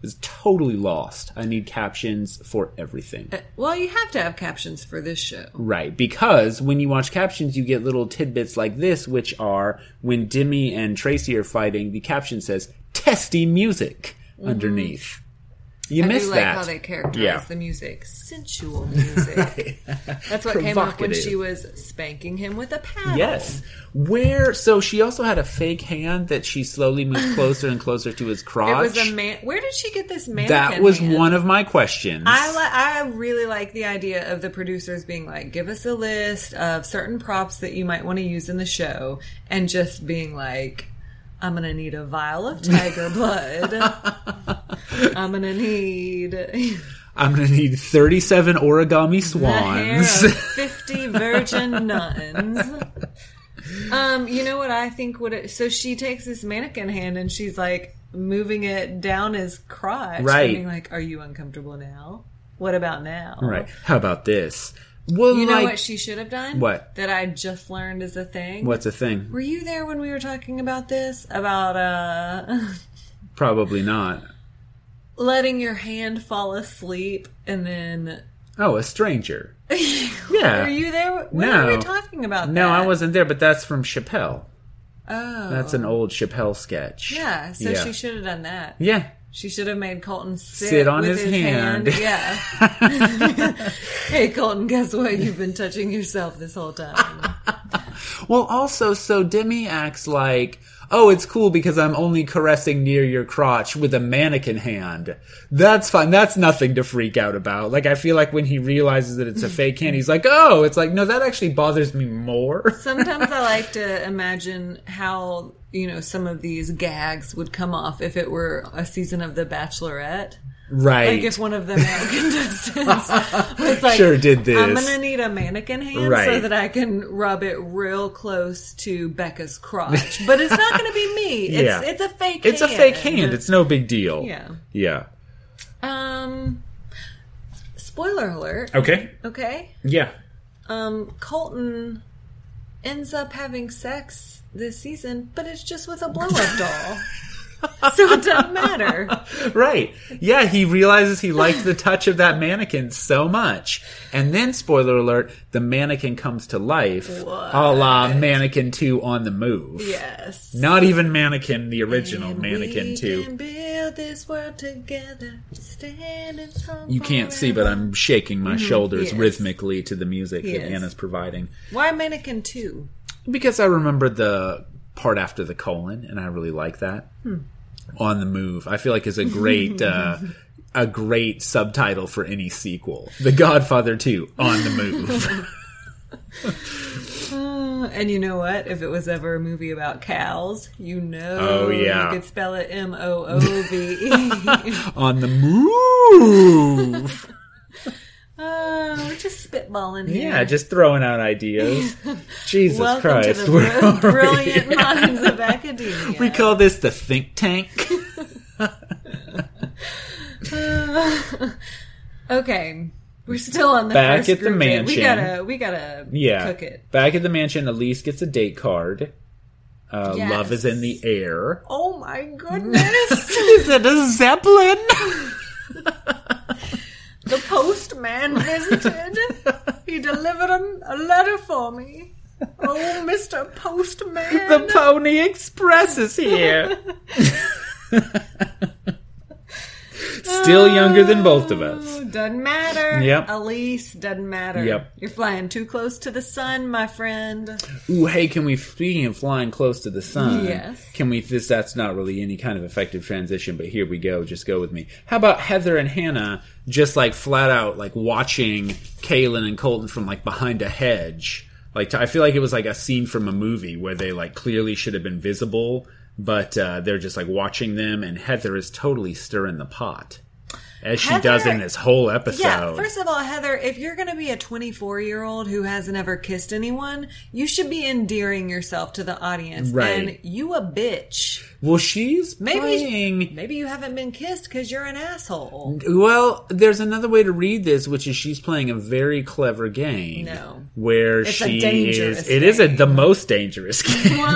S1: was totally lost. I need captions for everything,
S2: Well, you have to have captions for this show.
S1: right? Because when you watch captions, you get little tidbits like this, which are when Demi and Tracy are fighting. The caption says "testy music" underneath. You
S2: Mm-hmm. I do
S1: miss
S2: like
S1: that.
S2: how they characterize
S1: Yeah.
S2: the music.
S1: [LAUGHS]
S2: Sensual music. That's what came up when
S1: Provocative.
S2: she was spanking him with a paddle.
S1: Yes. Where so she also had a fake hand that she slowly
S2: [LAUGHS]
S1: moved closer and closer to his
S2: It
S1: crotch.
S2: was a man. Where did she get this mannequin?
S1: That was
S2: hand?
S1: one of my questions.
S2: I li- I really like the idea of the producers being like, give us a list of certain props that you might want to use in the show, and just being like, I'm gonna need a vial
S1: [LAUGHS]
S2: of tiger blood. I'm gonna need [LAUGHS] a
S1: I'm gonna need 37 origami
S2: hair of
S1: swans. [LAUGHS]
S2: 50 virgin nuns. Um, you know what I think would it, so she takes this mannequin hand and she's like moving it down his crotch, and
S1: Right.
S2: Being like, are you uncomfortable now? What about now?
S1: right. How about this? Well,
S2: You know
S1: like,
S2: what she should have done?
S1: What?
S2: That I just learned is a thing.
S1: what's a thing?
S2: Were you there when we were talking about this? About uh [LAUGHS]
S1: Probably not.
S2: letting your hand fall asleep and then
S1: Oh, a
S2: [LAUGHS]
S1: stranger. yeah.
S2: Were you there? When
S1: No.
S2: were we talking about
S1: no,
S2: that?
S1: I wasn't there, but that's from Chappelle.
S2: Oh.
S1: That's an old Chappelle sketch.
S2: yeah, so
S1: yeah.
S2: she should have done that.
S1: Yeah.
S2: She should have made Colton sit,
S1: Sit on
S2: with
S1: his hand. [LAUGHS]
S2: Yeah. [LAUGHS] hey, Colton, guess what? You've been touching yourself this whole time.
S1: Well, also, so Demi acts like, oh, it's cool because I'm only caressing near your crotch with a mannequin hand. That's fine. That's nothing to freak out about. Like, I feel like when he realizes that
S2: [LAUGHS]
S1: it's a fake hand, he's like, oh, it's like, no, that actually bothers me more.
S2: Sometimes I like to imagine how you know some of these gags would come off if it were a season of The Bachelorette.
S1: [LAUGHS] Right.
S2: Like if one of
S1: [LAUGHS]
S2: the male contestants was like,
S1: Sure did this.
S2: I'm gonna need a mannequin hand so
S1: Right.
S2: that I can rub it real close to Becca's crotch,
S1: [LAUGHS]
S2: but it's not gonna be me. It's
S1: Yeah.
S2: it's a fake.
S1: it's a fake hand. It's no big deal.
S2: Yeah.
S1: Yeah.
S2: Um, spoiler alert.
S1: Okay.
S2: Okay.
S1: Yeah.
S2: Um, Colton ends up having sex this season, but it's just with a blow up doll.
S1: [LAUGHS]
S2: so it doesn't matter.
S1: Right. Yeah, he realizes he liked the touch of that mannequin so much. And then, spoiler alert, the mannequin comes to life. A la Mannequin 2 on the move.
S2: Yes.
S1: Not even Mannequin, the original
S2: And
S1: Mannequin
S2: we
S1: 2.
S2: Can build this world together, standing tall
S1: You can't see, but
S2: forever.
S1: I'm shaking my shoulders
S2: Mm-hmm. Yes.
S1: rhythmically to the music
S2: Yes.
S1: that Anna's providing.
S2: Why mannequin two?
S1: Because I remember the part after the colon, and I really like that.
S2: Hmm.
S1: On the move, I feel like is a
S2: [LAUGHS]
S1: great uh, a great subtitle for any sequel. The Godfather Two, On the
S2: [LAUGHS]
S1: Move.
S2: Uh, And you know what? If it was ever a movie about cows, you know,
S1: Oh, yeah.
S2: you could spell it M O O V
S1: [LAUGHS]
S2: E.
S1: on the
S2: [LAUGHS]
S1: move.
S2: Oh, we're just spitballing here.
S1: Yeah, just throwing out
S2: [LAUGHS]
S1: ideas. Jesus
S2: Welcome
S1: Christ,
S2: to the
S1: where
S2: br-
S1: are we?
S2: brilliant
S1: [LAUGHS]
S2: minds of academia.
S1: We call this the think
S2: [LAUGHS]
S1: tank.
S2: okay, we're still on the
S1: Back
S2: first
S1: at the
S2: group date. We
S1: mansion.
S2: gotta, we gotta
S1: Yeah.
S2: cook it.
S1: Back at the mansion, Elise gets a date card. Uh,
S2: Yes.
S1: Love is in the air.
S2: Oh my
S1: [LAUGHS]
S2: goodness!
S1: Is it a zeppelin?
S2: [LAUGHS] the postman visited. He delivered a, a letter for me. Oh, Mister Postman!
S1: the Pony Express is here. Still younger than both of us.
S2: Doesn't matter.
S1: Yep.
S2: Elise, doesn't matter.
S1: Yep.
S2: You're flying too close to the sun, my friend.
S1: Ooh, hey, can we speaking of flying close to the sun?
S2: Yes.
S1: Can we? This that's not really any kind of effective transition, but here we go. Just go with me. How about Heather and Hannah just like flat out like watching Kaylin and Colton from like behind a hedge? Like I feel like it was like a scene from a movie where they like clearly should have been visible, but uh, they're just like watching them, and Heather is totally stirring the pot as she does
S2: Heather-
S1: in this whole episode.
S2: Yeah, first of all, Heather, if you're going to be a 24 year old who hasn't ever kissed anyone, you should be endearing yourself to the audience.
S1: Right.
S2: And you a bitch.
S1: well, she's
S2: Maybe
S1: playing.
S2: maybe you haven't been kissed because you're an asshole.
S1: Well, there's another way to read this, which is she's playing a very clever game.
S2: No.
S1: where
S2: It's a
S1: she
S2: dangerous
S1: is. It is a,
S2: game.
S1: the most dangerous
S2: [LAUGHS]
S1: game. [LAUGHS]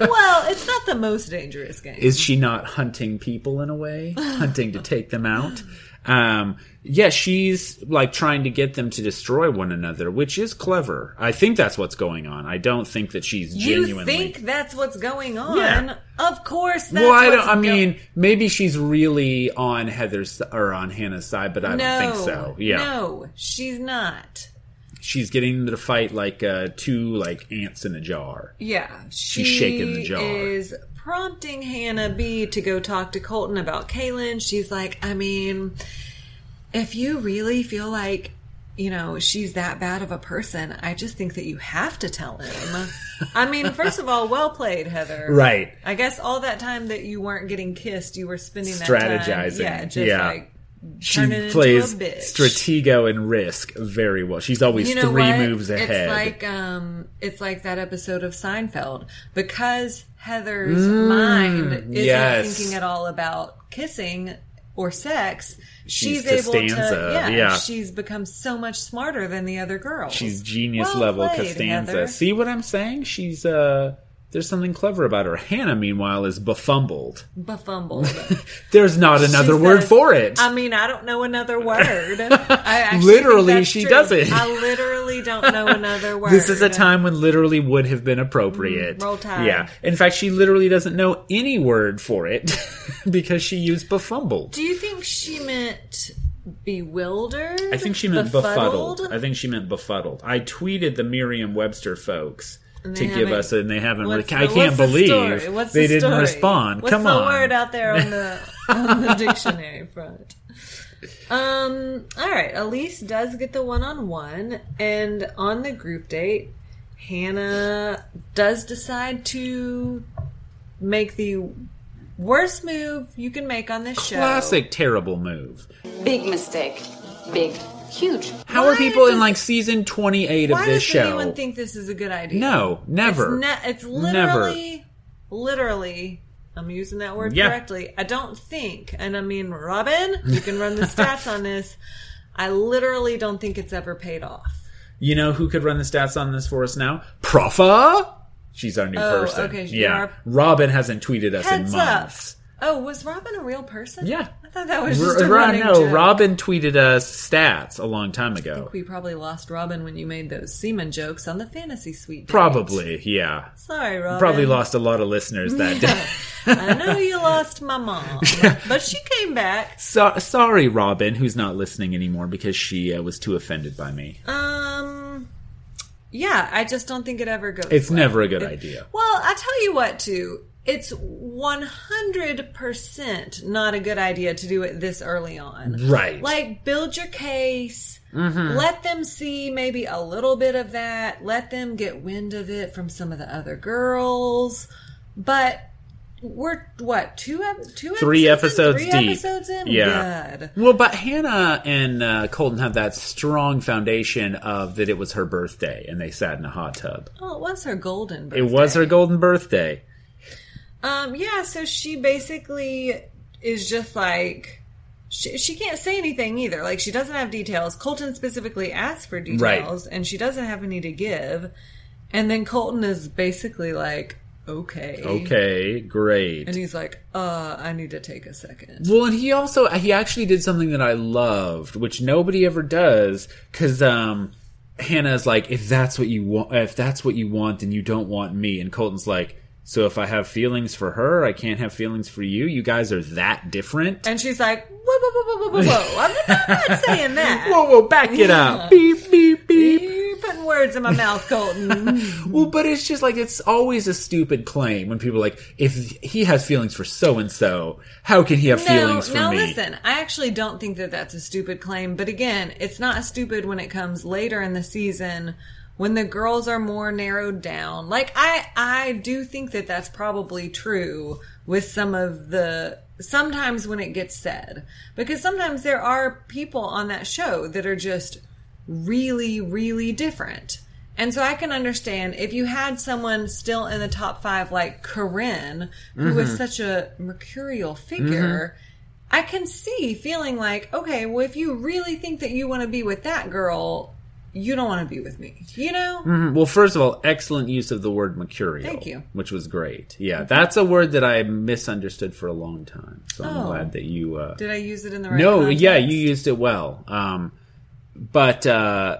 S2: Well, well, it's not the most dangerous game.
S1: is she not hunting people in a
S2: [SIGHS]
S1: way, hunting to take them out? Um, yeah, she's like trying to get them to destroy one another, which is clever. I think that's what's going on. I don't think that she's
S2: you
S1: genuinely.
S2: think that's what's going on?
S1: Yeah.
S2: Of course. That's
S1: well, I don't.
S2: what's
S1: I
S2: go-
S1: mean, maybe she's really on Heather's or on Hannah's side, but I
S2: no,
S1: don't think so. Yeah,
S2: no, she's not.
S1: she's getting into the fight like uh, two like ants in a jar.
S2: Yeah, she
S1: shaking the jar.
S2: Is prompting Hannah B to go talk to Colton about Kaylin. She's like, I mean, if you really feel like you know she's that bad of a person, I just think that you have to tell him. I mean, first of all, well played, Heather.
S1: Right.
S2: I guess all that time that you weren't getting kissed, you were spending that
S1: Strategizing.
S2: Time, yeah, just
S1: Yeah.
S2: like
S1: She
S2: turning into
S1: plays
S2: a bitch.
S1: Stratego and Risk very well. She's always
S2: you know
S1: three
S2: what?
S1: moves ahead.
S2: It's like um, it's like that episode of Seinfeld because Heather's mind isn't
S1: Mm, yes.
S2: thinking at all about kissing or sex. She's,
S1: She's
S2: able to,
S1: Costanza,
S2: yeah,
S1: yeah.
S2: She's become so much smarter than the other girls.
S1: She's genius
S2: Well
S1: level
S2: played,
S1: Costanza.
S2: Heather.
S1: See what I'm saying? She's uh there's something clever about her. Hannah, meanwhile, is befumbled. [LAUGHS]
S2: befumbled.
S1: There's not another
S2: She
S1: word
S2: says,
S1: for it.
S2: I mean, I don't know another
S1: [LAUGHS]
S2: word. I actually
S1: Literally,
S2: think that's
S1: she
S2: true.
S1: doesn't.
S2: I literally don't know another word.
S1: [LAUGHS]
S2: Mm,
S1: this is a time when literally would have been appropriate.
S2: roll tide.
S1: Yeah. In fact, she literally doesn't know any word for it [LAUGHS] because she used befumbled.
S2: Do you think she meant bewildered?
S1: I think she
S2: [LAUGHS]
S1: meant befuddled. I think she meant befuddled. I tweeted the Merriam-Webster folks to give
S2: haven't-
S1: us, and they haven't. Re-
S2: What's
S1: I
S2: the-
S1: can't
S2: what's the
S1: believe
S2: story? What's
S1: they
S2: the
S1: didn't
S2: story?
S1: respond.
S2: What's
S1: Come
S2: the
S1: on,
S2: word out there on
S1: [LAUGHS]
S2: the on the dictionary front. Um. All right. Elise does get the one on one, and on the group date, Hannah does decide to make the worst move you can make on this
S1: classic terrible move.
S4: Big mistake. Big. Huge.
S1: How
S2: Why
S1: are people in
S2: does-
S1: like season twenty-eight
S2: show.
S1: of
S2: Why
S1: this
S2: does
S1: show?
S2: anyone think this is a good idea?
S1: no,
S2: It's,
S1: never.
S2: ne- it's
S1: Never.
S2: literally, literally I'm using that word
S1: Yeah.
S2: correctly. I don't think, and I mean, Robin, you
S1: [LAUGHS]
S2: can run the stats on this. I literally don't think it's ever paid off.
S1: You know who could run the stats on this for us now? Profa? She's our new
S2: Oh,
S1: person.
S2: okay, she-
S1: yeah.
S2: our-
S1: Robin hasn't tweeted us in
S2: Heads up. [LAUGHS]
S1: months.
S2: Oh, was Robin a real person?
S1: Yeah.
S2: I thought that was just a
S1: Ro-
S2: running
S1: no,
S2: joke.
S1: Robin tweeted us stats a long time ago.
S2: We probably lost Robin when you made those semen jokes on the fantasy suite. date.
S1: Probably, yeah.
S2: Sorry, Robin.
S1: Probably lost a lot of listeners that day. [LAUGHS]
S2: I know you lost my mom, but she came back.
S1: So- sorry, Robin, who's not listening anymore because she uh, was too offended by me.
S2: Um, yeah, I just don't think it ever goes.
S1: It's
S2: well.
S1: never a good idea.
S2: Well, I tell you what, too. It's 100% not a good idea to do it this early on.
S1: Right. Mm-hmm.
S2: Like, build your case. Let them see maybe a little bit of that. Let them get wind of it from some of the other girls. But we're, what, two, ep- two
S1: Three episodes
S2: episodes in? Three
S1: deep.
S2: episodes in?
S1: Yeah.
S2: God.
S1: well, but Hannah and uh, Colton have that strong foundation of that it was her birthday and they sat in a hot tub.
S2: Well, it was her golden birthday.
S1: It was her golden birthday.
S2: Um, yeah, so she basically is just like she, she can't say anything either. Like she doesn't have details. Colton specifically asked for details and she doesn't have any to give. And then Colton is basically like, "Okay."
S1: Okay, great.
S2: And he's like, "Uh, I need to take a second.
S1: Well, and he also he actually did something that I loved, which nobody ever does, because um, Hannah's like, if that's what you want, if that's what you want, then you don't want me. And Colton's like, so if I have feelings for her, I can't have feelings for you. You guys are that different.
S2: And she's like, "Whoa, whoa, whoa, whoa, whoa, whoa. I'm not, I'm
S1: [LAUGHS]
S2: not saying that.
S1: Whoa, whoa, back it up. Beep, beep, beep.
S2: You're putting words in my mouth, Colton.
S1: Well, but it's just like, it's always a stupid claim when people are like, if he has feelings for so and so, how can he have feelings for
S2: now
S1: me?
S2: listen, I actually don't think that that's a stupid claim, but again, it's not stupid when it comes later in the season when the girls are more narrowed down. Like I I do think that that's probably true with some of the sometimes when it gets said because sometimes there are people on that show that are just really really different. And so I can understand if you had someone still in the top five, like Corinne, who
S1: Mm-hmm.
S2: was such a mercurial figure, I can see feeling like, okay, well, if you really think that you want to be with that girl, you don't want to be with me. You know?
S1: Well, first of all, excellent use of the word mercurial.
S2: Thank you.
S1: Which was great. Yeah, that's a word that I misunderstood for a long time. So I'm
S2: Oh.
S1: glad that you. Uh,
S2: Did I use it in the right
S1: no, yeah,
S2: context?
S1: you used it well. Um, but uh,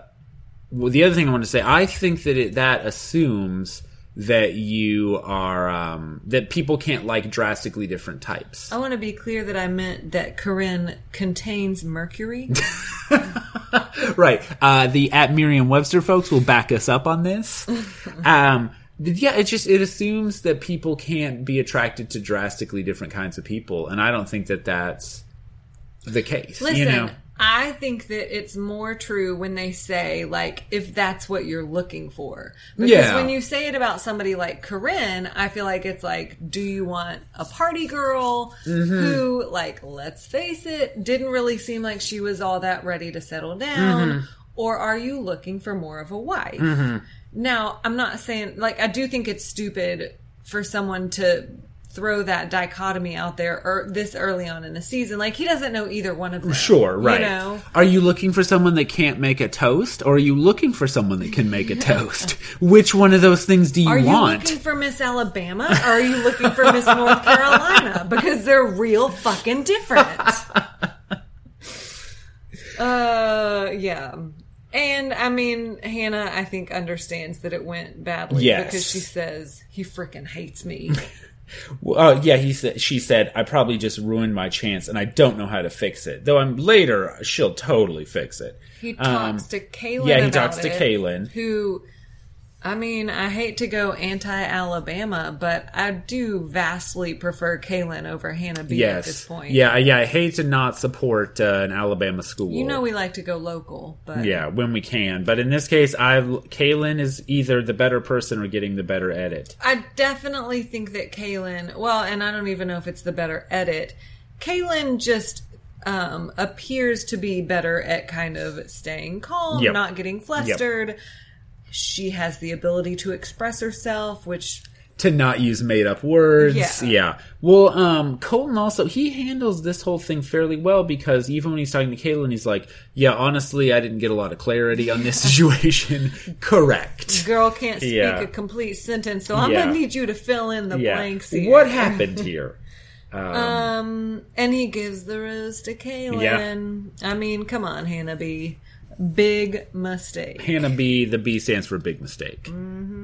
S1: well, the other thing I want to say, I think that it, that assumes that you are um, that people can't like drastically different types.
S2: I want to be clear that I meant that Corinne contains
S1: [LAUGHS]
S2: mercury.
S1: right. Uh, the at Merriam-Webster folks will back us up on
S2: [LAUGHS]
S1: this. um, yeah, it just it assumes that people can't be attracted to drastically different kinds of people, and I don't think that that's the case.
S2: Listen,
S1: you know,
S2: I think that it's more true when they say like if that's what you're looking for. Because
S1: Yeah.
S2: when you say it about somebody like Corinne, I feel like it's like, do you want a party girl
S1: Mm-hmm.
S2: who, like, let's face it, didn't really seem like she was all that ready to settle down?
S1: Mm-hmm.
S2: Or are you looking for more of a wife? Now, I'm not saying like I do think it's stupid for someone to throw that dichotomy out there or this early on in the season. Like he doesn't know either one of them.
S1: sure, right.
S2: You know,
S1: Are you looking for someone that can't make a toast, or are you looking for someone that can
S2: [LAUGHS]
S1: make a toast? Which one of those things do you
S2: are you
S1: want?
S2: looking for Miss Alabama or are you looking for
S1: [LAUGHS]
S2: Miss North Carolina? Because they're real fucking different.
S1: [LAUGHS]
S2: uh, yeah. And I mean, Hannah, I think understands that it went badly
S1: Yes.
S2: because she says he freaking hates me.
S1: Well, uh, yeah, he said. She said, "I probably just ruined my chance, and I don't know how to fix it. Though I'm later, she'll totally fix it."
S2: He
S1: Um,
S2: talks to Kaylin.
S1: yeah, he
S2: about
S1: talks to
S2: it,
S1: Kaylin.
S2: Who, I mean, I hate to go anti-Alabama, but I do vastly prefer Kaylin over Hannah B at this point.
S1: Yeah, yeah. I hate to not support uh, an Alabama school.
S2: you know we like to go local, but
S1: yeah, when we can. But in this case, I Kaylin is either the better person or getting the better edit.
S2: I definitely think that Kaylin. Well, and I don't even know if it's the better edit. Kaylin just. Um, appears to be better at kind of staying calm,
S1: Yep.
S2: not getting flustered. She has the ability to express herself, which
S1: to not use made up words.
S2: Yeah.
S1: Well, um, Colton also he handles this whole thing fairly well because even when he's talking to Caitlin, he's like, "Yeah, honestly, I didn't get a lot of clarity on
S2: [LAUGHS]
S1: this situation." Correct.
S2: Girl can't speak
S1: Yeah.
S2: a complete sentence, so I'm
S1: Yeah.
S2: gonna need you to fill in the
S1: Yeah.
S2: blanks here.
S1: What happened here?
S2: Um, and he gives the rose to Kaylin. I mean, come on, Hannah B. Big mistake.
S1: Hannah B, the B stands for big mistake.
S2: Mm-hmm.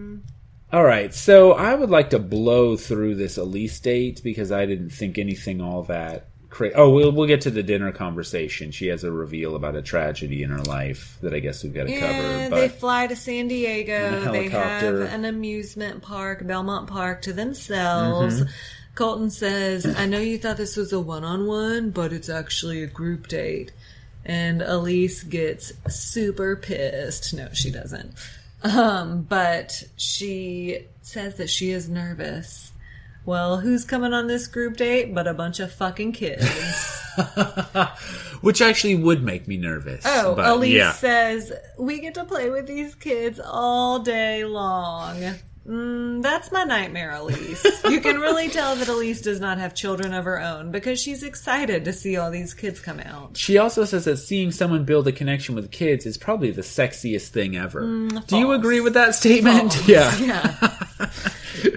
S1: All right, so I would like to blow through this Elise date because I didn't think anything all that crazy. Oh, we'll we'll get to the dinner conversation. She has a reveal about a tragedy in her life that I guess we've got to
S2: Yeah,
S1: cover. But
S2: they fly to San
S1: In
S2: Diego.
S1: a
S2: They have
S1: helicopter.
S2: an amusement park, Belmont Park, to themselves.
S1: Mm-hmm.
S2: Colton says, I know you thought this was a one on one, but it's actually a group date. And Elise gets super pissed. No, she doesn't. Um, but she says that she is nervous. Well, who's coming on this group date but a bunch of fucking kids?
S1: [LAUGHS] which actually would make me nervous.
S2: Oh,
S1: but,
S2: Elise
S1: yeah.
S2: says, We get to play with these kids all day long. Mm, that's my nightmare,
S1: [LAUGHS]
S2: Elise. you can really tell that Elise does not have children of her own because she's excited to see all these kids come out.
S1: She also says that seeing someone build a connection with kids is probably the sexiest thing ever. Do you
S2: Mm, false.
S1: agree with that statement?
S2: [LAUGHS]
S1: Yeah.
S2: Yeah.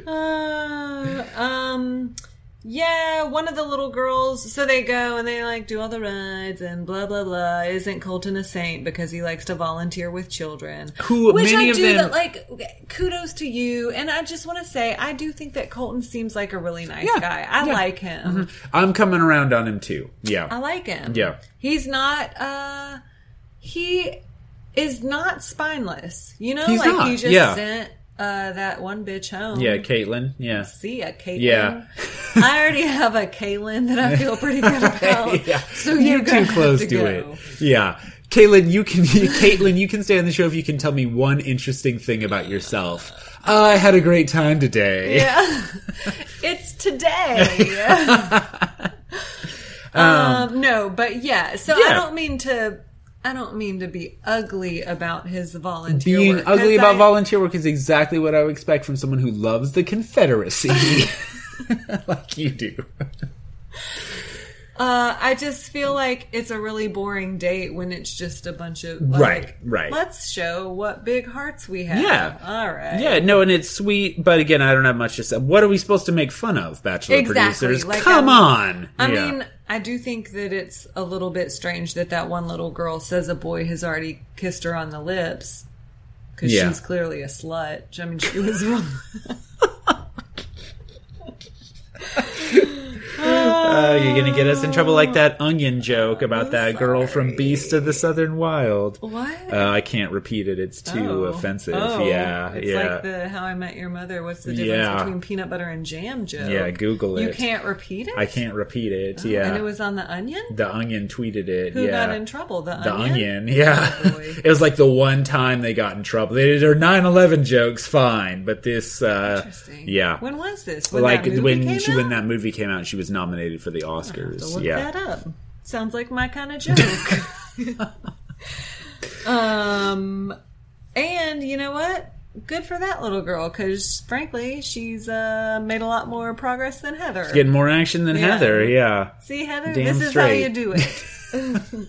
S2: uh, um. Yeah, one of the little girls. So they go and they like do all the rides and blah blah blah. Isn't Colton a saint because he likes to volunteer with children?
S1: Who-
S2: which
S1: many
S2: I
S1: of
S2: do.
S1: them-
S2: That like, kudos to you. And I just want to say, I do think that Colton seems like a really nice
S1: Yeah,
S2: guy. I
S1: yeah.
S2: like him.
S1: [LAUGHS] I'm coming around on him too. Yeah.
S2: I like him.
S1: Yeah.
S2: He's not uh he is not spineless. You know,
S1: He's
S2: like
S1: not,
S2: he just
S1: yeah.
S2: sent uh that one bitch home.
S1: yeah, Caitlin.
S2: [LAUGHS]
S1: Yeah.
S2: See a Caitlin.
S1: Yeah.
S2: I already have a Caitlin that I feel
S1: [LAUGHS]
S2: pretty good about.
S1: yeah.
S2: So you're
S1: You're too close to,
S2: go.
S1: it. Yeah. Caitlin, you can [LAUGHS] Caitlin, you can stay on the show if you can tell me one interesting thing about yourself. I had a great time today.
S2: Yeah. [LAUGHS]
S1: [LAUGHS]
S2: it's today. um, no, but yeah. So I
S1: Yeah.
S2: don't mean to I don't mean to be ugly about his volunteer
S1: Being
S2: work, 'cause
S1: ugly about
S2: I-
S1: volunteer work is exactly what I would expect from someone who loves the Confederacy. [LAUGHS] like you do.
S2: Uh, I just feel like it's a really boring date when it's just a bunch of like,
S1: Right, right.
S2: Let's show what big hearts we have.
S1: Yeah.
S2: all right.
S1: Yeah, no, and it's sweet, but again, I don't have much to say. What are we supposed to make fun of, Bachelor
S2: Exactly,
S1: producers?
S2: like,
S1: Come
S2: I'm-
S1: on.
S2: I
S1: Yeah.
S2: mean, I do think that it's a little bit strange that that one little girl says a boy has already kissed her on the lips because
S1: Yeah.
S2: she's clearly a slut. I mean, she was wrong.
S1: Oh, you're gonna get us in trouble like
S2: oh,
S1: that onion joke about that girl from Beast of the Southern Wild.
S2: What?
S1: Uh, I can't repeat it; it's [LAUGHS] too
S2: Oh.
S1: offensive.
S2: Oh,
S1: yeah,
S2: it's
S1: yeah.
S2: like the How I Met Your Mother. What's the difference
S1: Yeah.
S2: between peanut butter and jam joke?
S1: Yeah, Google
S2: You
S1: it.
S2: can't repeat it.
S1: I can't repeat it. yeah,
S2: Oh, And it was on the Onion.
S1: the onion tweeted it.
S2: Who
S1: yeah,
S2: got in trouble? The,
S1: the
S2: onion? Oh,
S1: onion. Yeah, [LAUGHS]
S2: boy.
S1: it was like the one time they got in trouble. They did their 9/11 jokes fine, but this. Uh,
S2: Interesting.
S1: Yeah,
S2: When was this? When
S1: like
S2: that movie
S1: when
S2: came
S1: she
S2: out?
S1: when that movie came out, she was nominated for the
S2: To
S1: Oscars.
S2: look
S1: yeah,
S2: that up. Sounds like my kind of joke. um, and you know what? Good for that little girl because frankly, she's uh, made a lot more progress than Heather.
S1: getting more action than
S2: Yeah.
S1: Heather. Yeah.
S2: See, Heather,
S1: Damn
S2: this is
S1: straight.
S2: how you do it.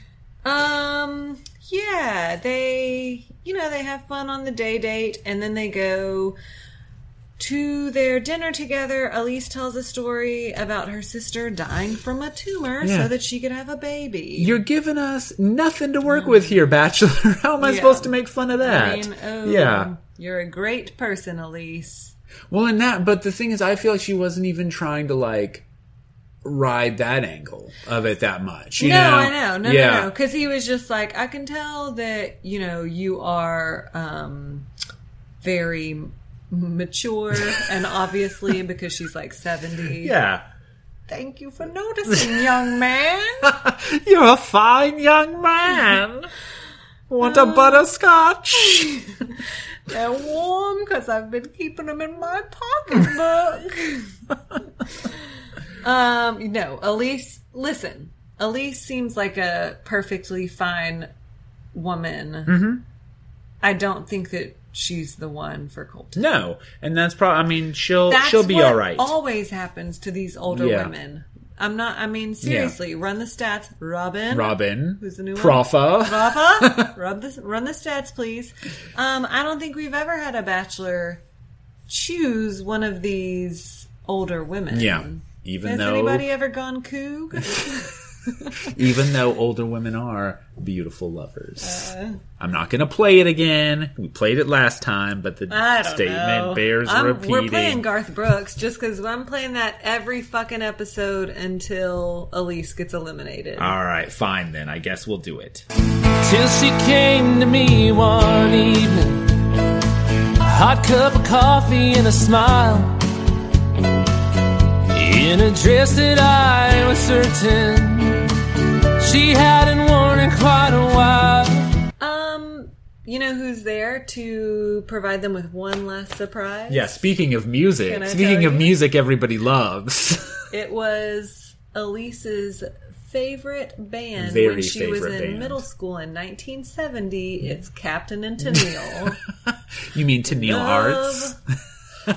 S1: [LAUGHS]
S2: um, yeah, they, you know, they have fun on the day date and then they go to their dinner together. Elise tells a story about her sister dying from a tumor
S1: Yeah.
S2: so that she could have a baby.
S1: You're giving us nothing to work with here, Bachelor. [LAUGHS] How am I
S2: Yeah.
S1: supposed to make fun of that?
S2: I mean, oh,
S1: Yeah.
S2: You're a great person, Elise.
S1: Well, in that, but the thing is, I feel like she wasn't even trying to like ride that angle of it that much. You
S2: no,
S1: know?
S2: I know. No,
S1: yeah.
S2: no, no. Because he was just like, I can tell that, you know, you are um, very m- mature. and obviously, because she's like 70.
S1: Yeah.
S2: Thank you for noticing, young man.
S1: You're a fine young man. Want a butterscotch?
S2: They're warm because I've been keeping them in my pocketbook.
S1: [LAUGHS]
S2: um, no, Elise, listen. Elise seems like
S1: Mm-hmm.
S2: a perfectly fine woman. I don't think that she's the one for
S1: [SIGHS]
S2: Colton.
S1: No, and that's probably. I mean, she'll
S2: That's
S1: she'll be
S2: what
S1: all right.
S2: Always happens to these older
S1: Yeah.
S2: women. I'm not. I mean, seriously, run the stats, Robin.
S1: Robin,
S2: Who's the new one?
S1: Profa. [LAUGHS]
S2: Rafa, rub the, run the stats, please. Um, I don't think we've ever had a bachelor choose one of these older women.
S1: Yeah, even
S2: Has
S1: though
S2: anybody ever gone coog?
S1: even though older women are beautiful lovers.
S2: Uh.
S1: I'm not going to play it again. We played it last time, but the
S2: I don't
S1: statement
S2: know.
S1: bears
S2: I'm-
S1: repeating.
S2: We're playing Garth Brooks just because I'm playing that every fucking episode until Elise gets eliminated.
S1: All right, fine then. I guess we'll do it.
S5: Till she came to me one evening. A hot cup of coffee and a smile. In a dress that I was certain she hadn't worn in quite a while.
S2: Um, you know who's there to provide them with one last surprise?
S1: Yeah, speaking of
S2: Can I
S1: music, speaking
S2: tell
S1: of
S2: you?
S1: music everybody loves. [LAUGHS]
S2: It was Elise's favorite band
S1: Very
S2: when she was in
S1: favorite band.
S2: middle school in 1970. It's Captain and Tennille.
S1: you mean Tennille Arts?
S2: [LAUGHS]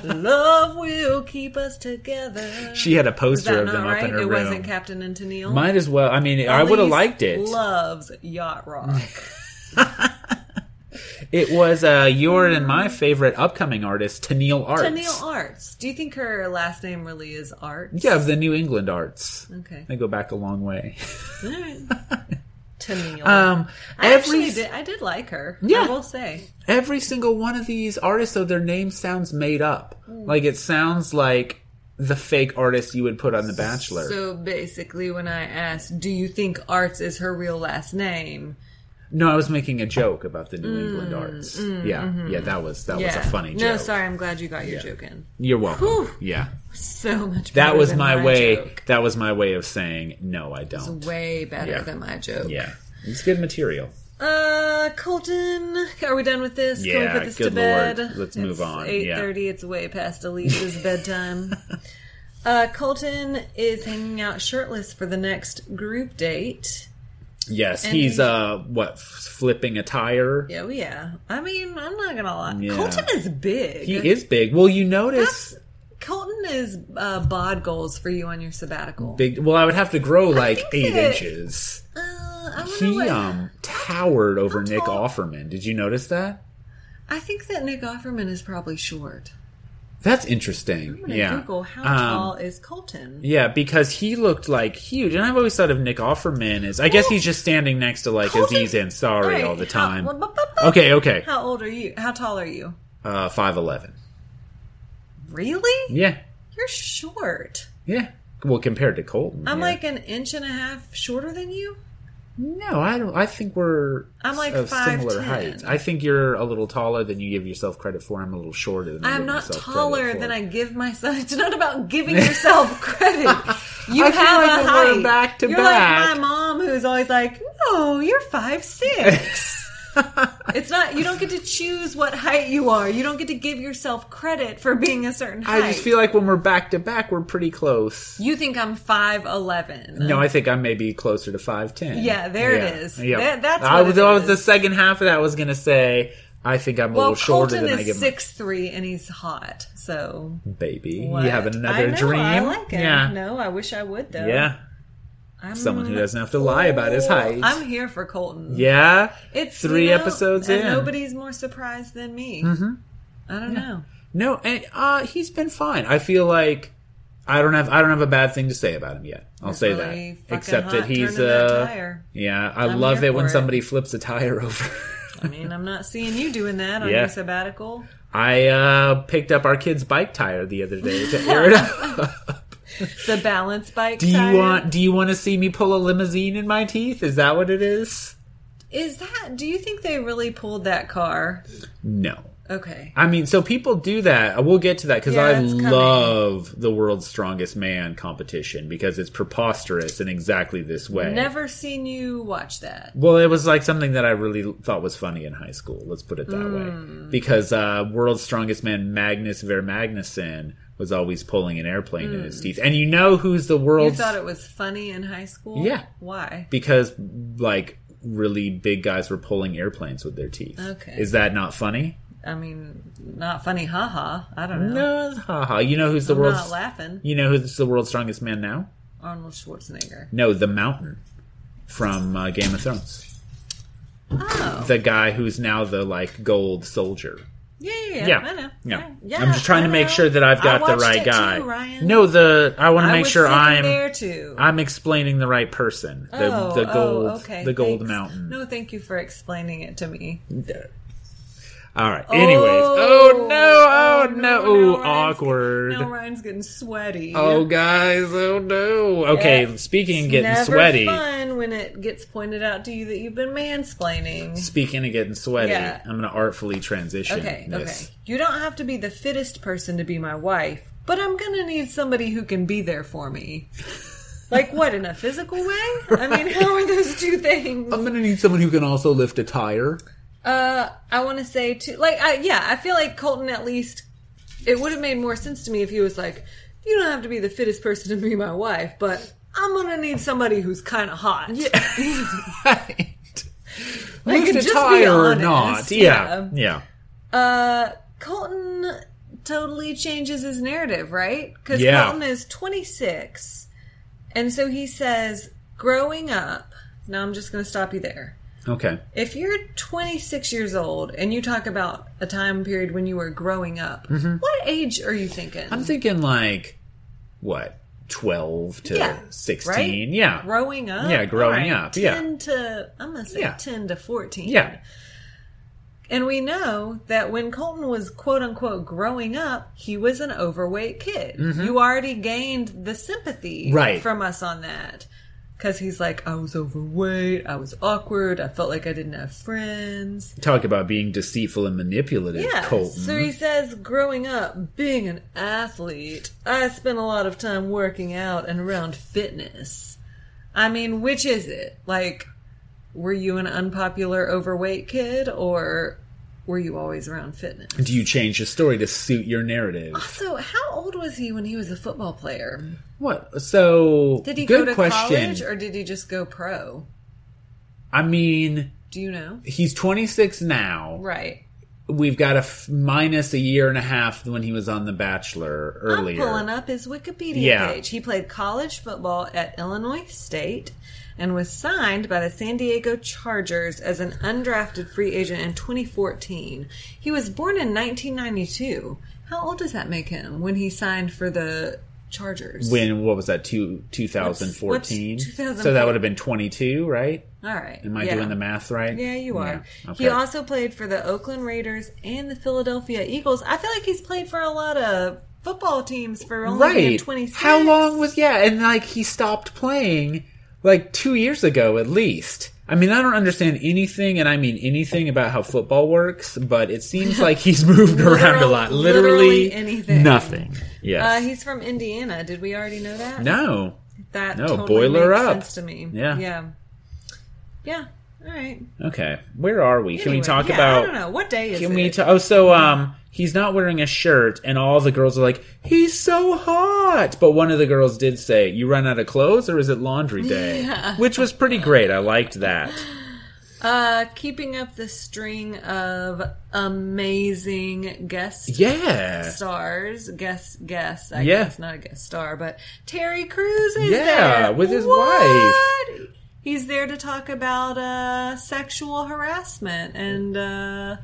S2: Love will keep us together.
S1: She had a
S2: Is that
S1: poster of
S2: not
S1: them
S2: right?
S1: up in her
S2: it
S1: room.
S2: wasn't Captain and Tennille.
S1: Might as well. I mean, I would have
S2: Elise
S1: liked it.
S2: Loves yacht
S1: [LAUGHS]
S2: rock.
S1: It was uh, your and my favorite upcoming artist, Tennille Arts.
S2: Tennille Arts. Do you think her last name really is Arts?
S1: Yeah, of the New England Arts.
S2: Okay.
S1: They go back a long way.
S2: All right.
S1: [LAUGHS]
S2: Tennille.
S1: Um,
S2: I
S1: every
S2: actually did. I did like her.
S1: Yeah.
S2: I will say.
S1: every single one of these artists, though, their name sounds made up.
S2: Mm.
S1: Like it sounds like the fake artist you would put on The Bachelor.
S2: So basically, when I asked, "Do you think Arts is her real last name?"
S1: no, I was making a joke about the
S2: Mm,
S1: New England Arts. yeah, yeah, that was that was a funny joke.
S2: mm-hmm. No, sorry. I'm glad you got your joke in.
S1: You're welcome.
S2: Whew.
S1: Yeah,
S2: So much.
S1: that
S2: better
S1: was
S2: than
S1: my, way.
S2: joke.
S1: That was my way of saying no, I don't.
S2: Way better
S1: Yeah.
S2: than my joke.
S1: Yeah, it's good material.
S2: Uh, Colton, are we done with this? Can
S1: Yeah,
S2: we put this
S1: good
S2: to bed?
S1: Lord. Let's move on. Yeah.
S2: Eight thirty. It's way
S1: [LAUGHS]
S2: past Elise's bedtime. Uh, Colton is hanging out shirtless for the next group date.
S1: Yes, he's uh, what f- flipping a tire.
S2: Yeah, well, Oh, yeah. I mean, I'm not gonna lie.
S1: Yeah.
S2: Colton is big.
S1: He is big. Well, you notice.
S2: That's- Colton is uh, bod goals for you on your sabbatical.
S1: Big. Well, I would have to grow like
S2: think
S1: eight
S2: that-
S1: inches.
S2: Uh, I wonder
S1: He
S2: what,
S1: um towered over Nick
S2: tall-
S1: Offerman. Did you notice that?
S2: I think that Nick Offerman is probably short.
S1: That's interesting.
S2: I'm gonna
S1: yeah.
S2: Google how
S1: Um,
S2: tall is Colton.
S1: yeah, because he looked like huge, and I've always thought of Nick Offerman as I guess he's just standing next to like
S2: Colton-
S1: Aziz Ansari
S2: Alright,
S1: all the
S2: how-
S1: time.
S2: bu- bu- bu-
S1: okay, okay.
S2: How old are you? How tall are you?
S1: Uh, five eleven.
S2: Really?
S1: Yeah,
S2: You're short.
S1: yeah. Well, compared to Colton,
S2: I'm
S1: yeah.
S2: like an inch and a half shorter than you.
S1: no, I don't. I think we're
S2: I'm like
S1: of similar
S2: 5'10".
S1: height. I think you're a little taller than you give yourself credit for. I'm a little shorter than I
S2: I'm
S1: give
S2: not
S1: myself credit
S2: taller
S1: for.
S2: than I give myself. [LAUGHS] It's not about
S1: [LAUGHS]
S2: giving yourself credit. You
S1: I feel
S2: have
S1: like
S2: a
S1: we're
S2: height.
S1: back to
S2: you're
S1: back.
S2: like my mom, who's always like, "No, you're
S1: [LAUGHS]
S2: five six. it's not. You don't get to choose what height you are. You don't get to give yourself credit for being a certain height.
S1: I just feel like when we're back to back, we're pretty close.
S2: you think I'm five eleven.
S1: No, I think I may be closer to five ten.
S2: Yeah, there it is. That- that's
S1: I
S2: what
S1: was,
S2: it
S1: I was- the
S2: is.
S1: second half of that was going to say. I think I'm a
S2: well,
S1: little shorter
S2: Colton
S1: than I
S2: is
S1: give
S2: six three and he's hot. So
S1: my baby.
S2: what?
S1: You have another
S2: I know,
S1: dream.
S2: I like him.
S1: Yeah,
S2: No, I wish I would though.
S1: yeah.
S2: I'm,
S1: Someone who doesn't have to lie about his height.
S2: Oh, I'm here for Colton.
S1: yeah.
S2: It's
S1: Three
S2: you know,
S1: episodes
S2: and
S1: in. Mm-hmm.
S2: Nobody's more surprised than me. I don't know.
S1: No, and uh, he's been fine. I feel like I don't have I don't have a bad thing to say about him yet. I'll say
S2: really
S1: that.
S2: fucking
S1: Except
S2: hot
S1: that he's
S2: turning that
S1: uh,
S2: tire.
S1: yeah. I
S2: I'm
S1: love
S2: here
S1: it when
S2: for it.
S1: somebody flips a tire [LAUGHS] over.
S2: I mean, I'm not seeing you doing that
S1: [LAUGHS]
S2: on
S1: Yeah.
S2: your sabbatical.
S1: I uh, picked up our kid's bike tire the other day to air
S2: [LAUGHS]
S1: it up.
S2: The balance bike.
S1: do you
S2: tire.
S1: want? Do you want to see me pull a limousine in my teeth? Is that what it is?
S2: Is that? Do you think they really pulled that car?
S1: No.
S2: Okay.
S1: I mean, so people do that. Uh, We'll get to that because
S2: Yeah,
S1: I
S2: it's coming.
S1: love the world's strongest man competition because it's preposterous in exactly this way.
S2: Never seen you watch that.
S1: Well, it was like something that I really thought was funny in high school. Let's put it that
S2: Mm.
S1: way. Because uh, world's strongest man Magnus Ver Magnuson was always pulling an airplane in his teeth, and you know who's the
S2: Mm. You
S1: world's
S2: thought it was funny in high school?
S1: Yeah.
S2: Why?
S1: because like really big guys were pulling airplanes with their teeth.
S2: Okay.
S1: Is that not funny?
S2: I mean, not funny, haha. I don't know.
S1: No, haha. You know who's the
S2: I'm
S1: world's
S2: not laughing.
S1: You know who's the world's strongest man now?
S2: Arnold Schwarzenegger.
S1: No, the Mountain from uh, Game of Thrones.
S2: Oh,
S1: The guy who's now the like gold soldier.
S2: yeah, yeah, yeah.
S1: Yeah,
S2: I know.
S1: Yeah.
S2: yeah.
S1: I'm just trying
S2: I
S1: to make
S2: know.
S1: sure that I've
S2: I
S1: got the
S2: watched
S1: right
S2: it
S1: guy.
S2: Too, Ryan.
S1: No, the I want to
S2: I
S1: make
S2: was
S1: sure
S2: sitting
S1: I'm
S2: there too.
S1: I'm explaining the right person. The
S2: oh,
S1: the gold
S2: oh, okay.
S1: the gold
S2: Thanks.
S1: mountain.
S2: No, thank you for explaining it to me.
S1: All right. Anyways. Oh no. Oh, no. Ooh,
S2: Ryan's-
S1: awkward.
S2: No, Ryan's getting sweaty.
S1: Oh guys. Oh no. Okay.
S2: Yeah.
S1: Speaking of
S2: It's
S1: getting
S2: never
S1: sweaty.
S2: fun when it gets pointed out to you that you've been mansplaining.
S1: Speaking of getting sweaty,
S2: Yeah.
S1: I'm gonna artfully transition.
S2: Okay,
S1: this.
S2: okay. You don't have to be the fittest person to be my wife, but I'm gonna need somebody who can be there for me. Like what in a physical way? I mean, how are those two things?
S1: I'm gonna need someone who can also lift a tire.
S2: Uh, I want to say too, like, I, yeah, I feel like Colton at least, it would have made more sense to me if he was like, you don't have to be the fittest person to be my wife, but I'm gonna need somebody who's kind of hot. Yeah.
S1: Right. lift
S2: could
S1: a
S2: just be
S1: tire or
S2: honest,
S1: not?
S2: yeah.
S1: Yeah. Yeah.
S2: Uh, Colton totally changes his narrative, right? Because
S1: Yeah.
S2: Colton is 26. And so he says, growing up, now I'm just going to stop you there.
S1: Okay.
S2: If you're 26 years old and you talk about a time period when you were growing up, what age are you thinking?
S1: I'm thinking like what, twelve to
S2: Yeah,
S1: sixteen?
S2: right?
S1: Yeah.
S2: growing up.
S1: Yeah, growing
S2: All right.
S1: up, yeah.
S2: 10 to, I'm going to say
S1: Yeah.
S2: 10 to 14.
S1: Yeah.
S2: And we know that when Colton was quote unquote growing up, he was an overweight kid. You already gained the sympathy
S1: Mm-hmm. Right.
S2: from us on that. Because he's like, I was overweight, I was awkward, I felt like I didn't have friends.
S1: Talk about being deceitful and manipulative,
S2: Yeah.
S1: Colton.
S2: So he says, growing up, being an athlete, I spent a lot of time working out and around fitness. I mean, which is it? Like, were you an unpopular overweight kid or were you always around fitness?
S1: Do you change the story to suit your narrative?
S2: So, how old was he when he was a football player?
S1: What? So
S2: Did he
S1: good
S2: go to
S1: question.
S2: college or did he just go pro?
S1: I mean,
S2: Do you know?
S1: he's 26 now.
S2: Right.
S1: We've got a f- minus a year and a half when he was on The Bachelor earlier.
S2: I'm pulling up his Wikipedia
S1: Yeah.
S2: page. He played college football at Illinois State and was signed by the San Diego Chargers as an undrafted free agent in 2014. He was born in 1992. How old does that make him when he signed for the Chargers?
S1: When what was that? Two 2014.
S2: What's- what's
S1: So that would have been 22, right?
S2: All right.
S1: Am I
S2: yeah.
S1: doing the math right?
S2: Yeah, you are.
S1: Okay.
S2: He also played for the Oakland Raiders and the Philadelphia Eagles. I feel like he's played for a lot of football teams for only being
S1: right.
S2: 26.
S1: How long was yeah? And like he stopped playing like two years ago at least. I mean, I don't understand anything, and I mean anything about how football works, but it seems like
S2: [LAUGHS]
S1: he's moved around a
S2: Literal-
S1: lot. Literally,
S2: literally anything.
S1: Nothing.
S2: Uh,
S1: Yes.
S2: he's from Indiana. Did we already know that?
S1: no.
S2: That
S1: No,
S2: totally
S1: boiler
S2: makes
S1: up.
S2: sense to me.
S1: Yeah.
S2: Yeah. Yeah. All right.
S1: Okay. Where are we? Can we
S2: Anyway,
S1: talk
S2: yeah,
S1: about?
S2: I don't know. What day is
S1: Can
S2: it?
S1: we? Ta- oh, so um, he's not wearing a shirt, and all the girls are like, "He's so hot." But one of the girls did say, "You run out of clothes, or is it laundry day?" Which was pretty great. I liked
S2: [LAUGHS]
S1: that.
S2: uh, keeping up the string of amazing guest
S1: Yeah.
S2: stars. Guess, guess. I
S1: Yeah.
S2: guess not a guest star, but Terry Crews is
S1: Yeah,
S2: there
S1: with his
S2: wife. He's there to talk about uh, sexual harassment and uh,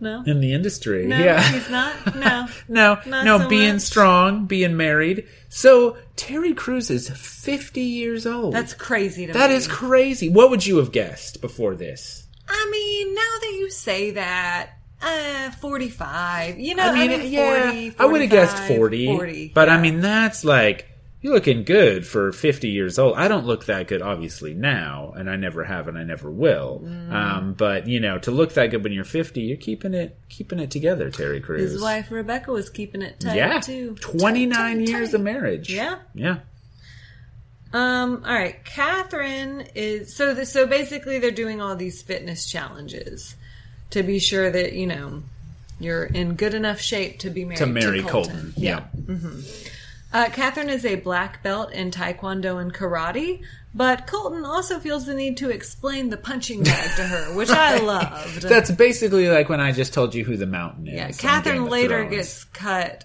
S2: no,
S1: In the industry.
S2: no,
S1: yeah.
S2: he's not. No,
S1: [LAUGHS] no,
S2: Not
S1: no,
S2: so
S1: being
S2: much.
S1: strong, being married. So Terry Crews is 50 years old.
S2: that's crazy to
S1: that
S2: me.
S1: is crazy. What would you have guessed before this?
S2: I mean, now that you say that. Uh, 45. You know,
S1: I mean, yeah,
S2: 40,
S1: I would have
S2: 45,
S1: guessed 40.
S2: 40.
S1: But I mean, that's like, you're looking good for 50 years old. I don't look that good, obviously, now, and I never have and I never will.
S2: Mm.
S1: Um, but, you know, to look that good when you're 50, you're keeping it, keeping it together, Terry Crews.
S2: his wife Rebecca was keeping it tight
S1: yeah.
S2: too.
S1: 29
S2: Tight, tight,
S1: years
S2: tight.
S1: of marriage.
S2: Yeah.
S1: Yeah.
S2: Um. All right. Catherine is so. The, so basically, they're doing all these fitness challenges to be sure that you know you're in good enough shape to Mm. be married
S1: To marry Colton.
S2: Colton.
S1: Yeah.
S2: Uh, Catherine is a black belt in Taekwondo and karate, but Colton also feels the need to explain the punching bag to her, which I loved.
S1: That's basically like when I just told you who the mountain is.
S2: Yeah,
S1: in Game
S2: Catherine
S1: of
S2: later
S1: Thrones. [LAUGHS]
S2: gets cut.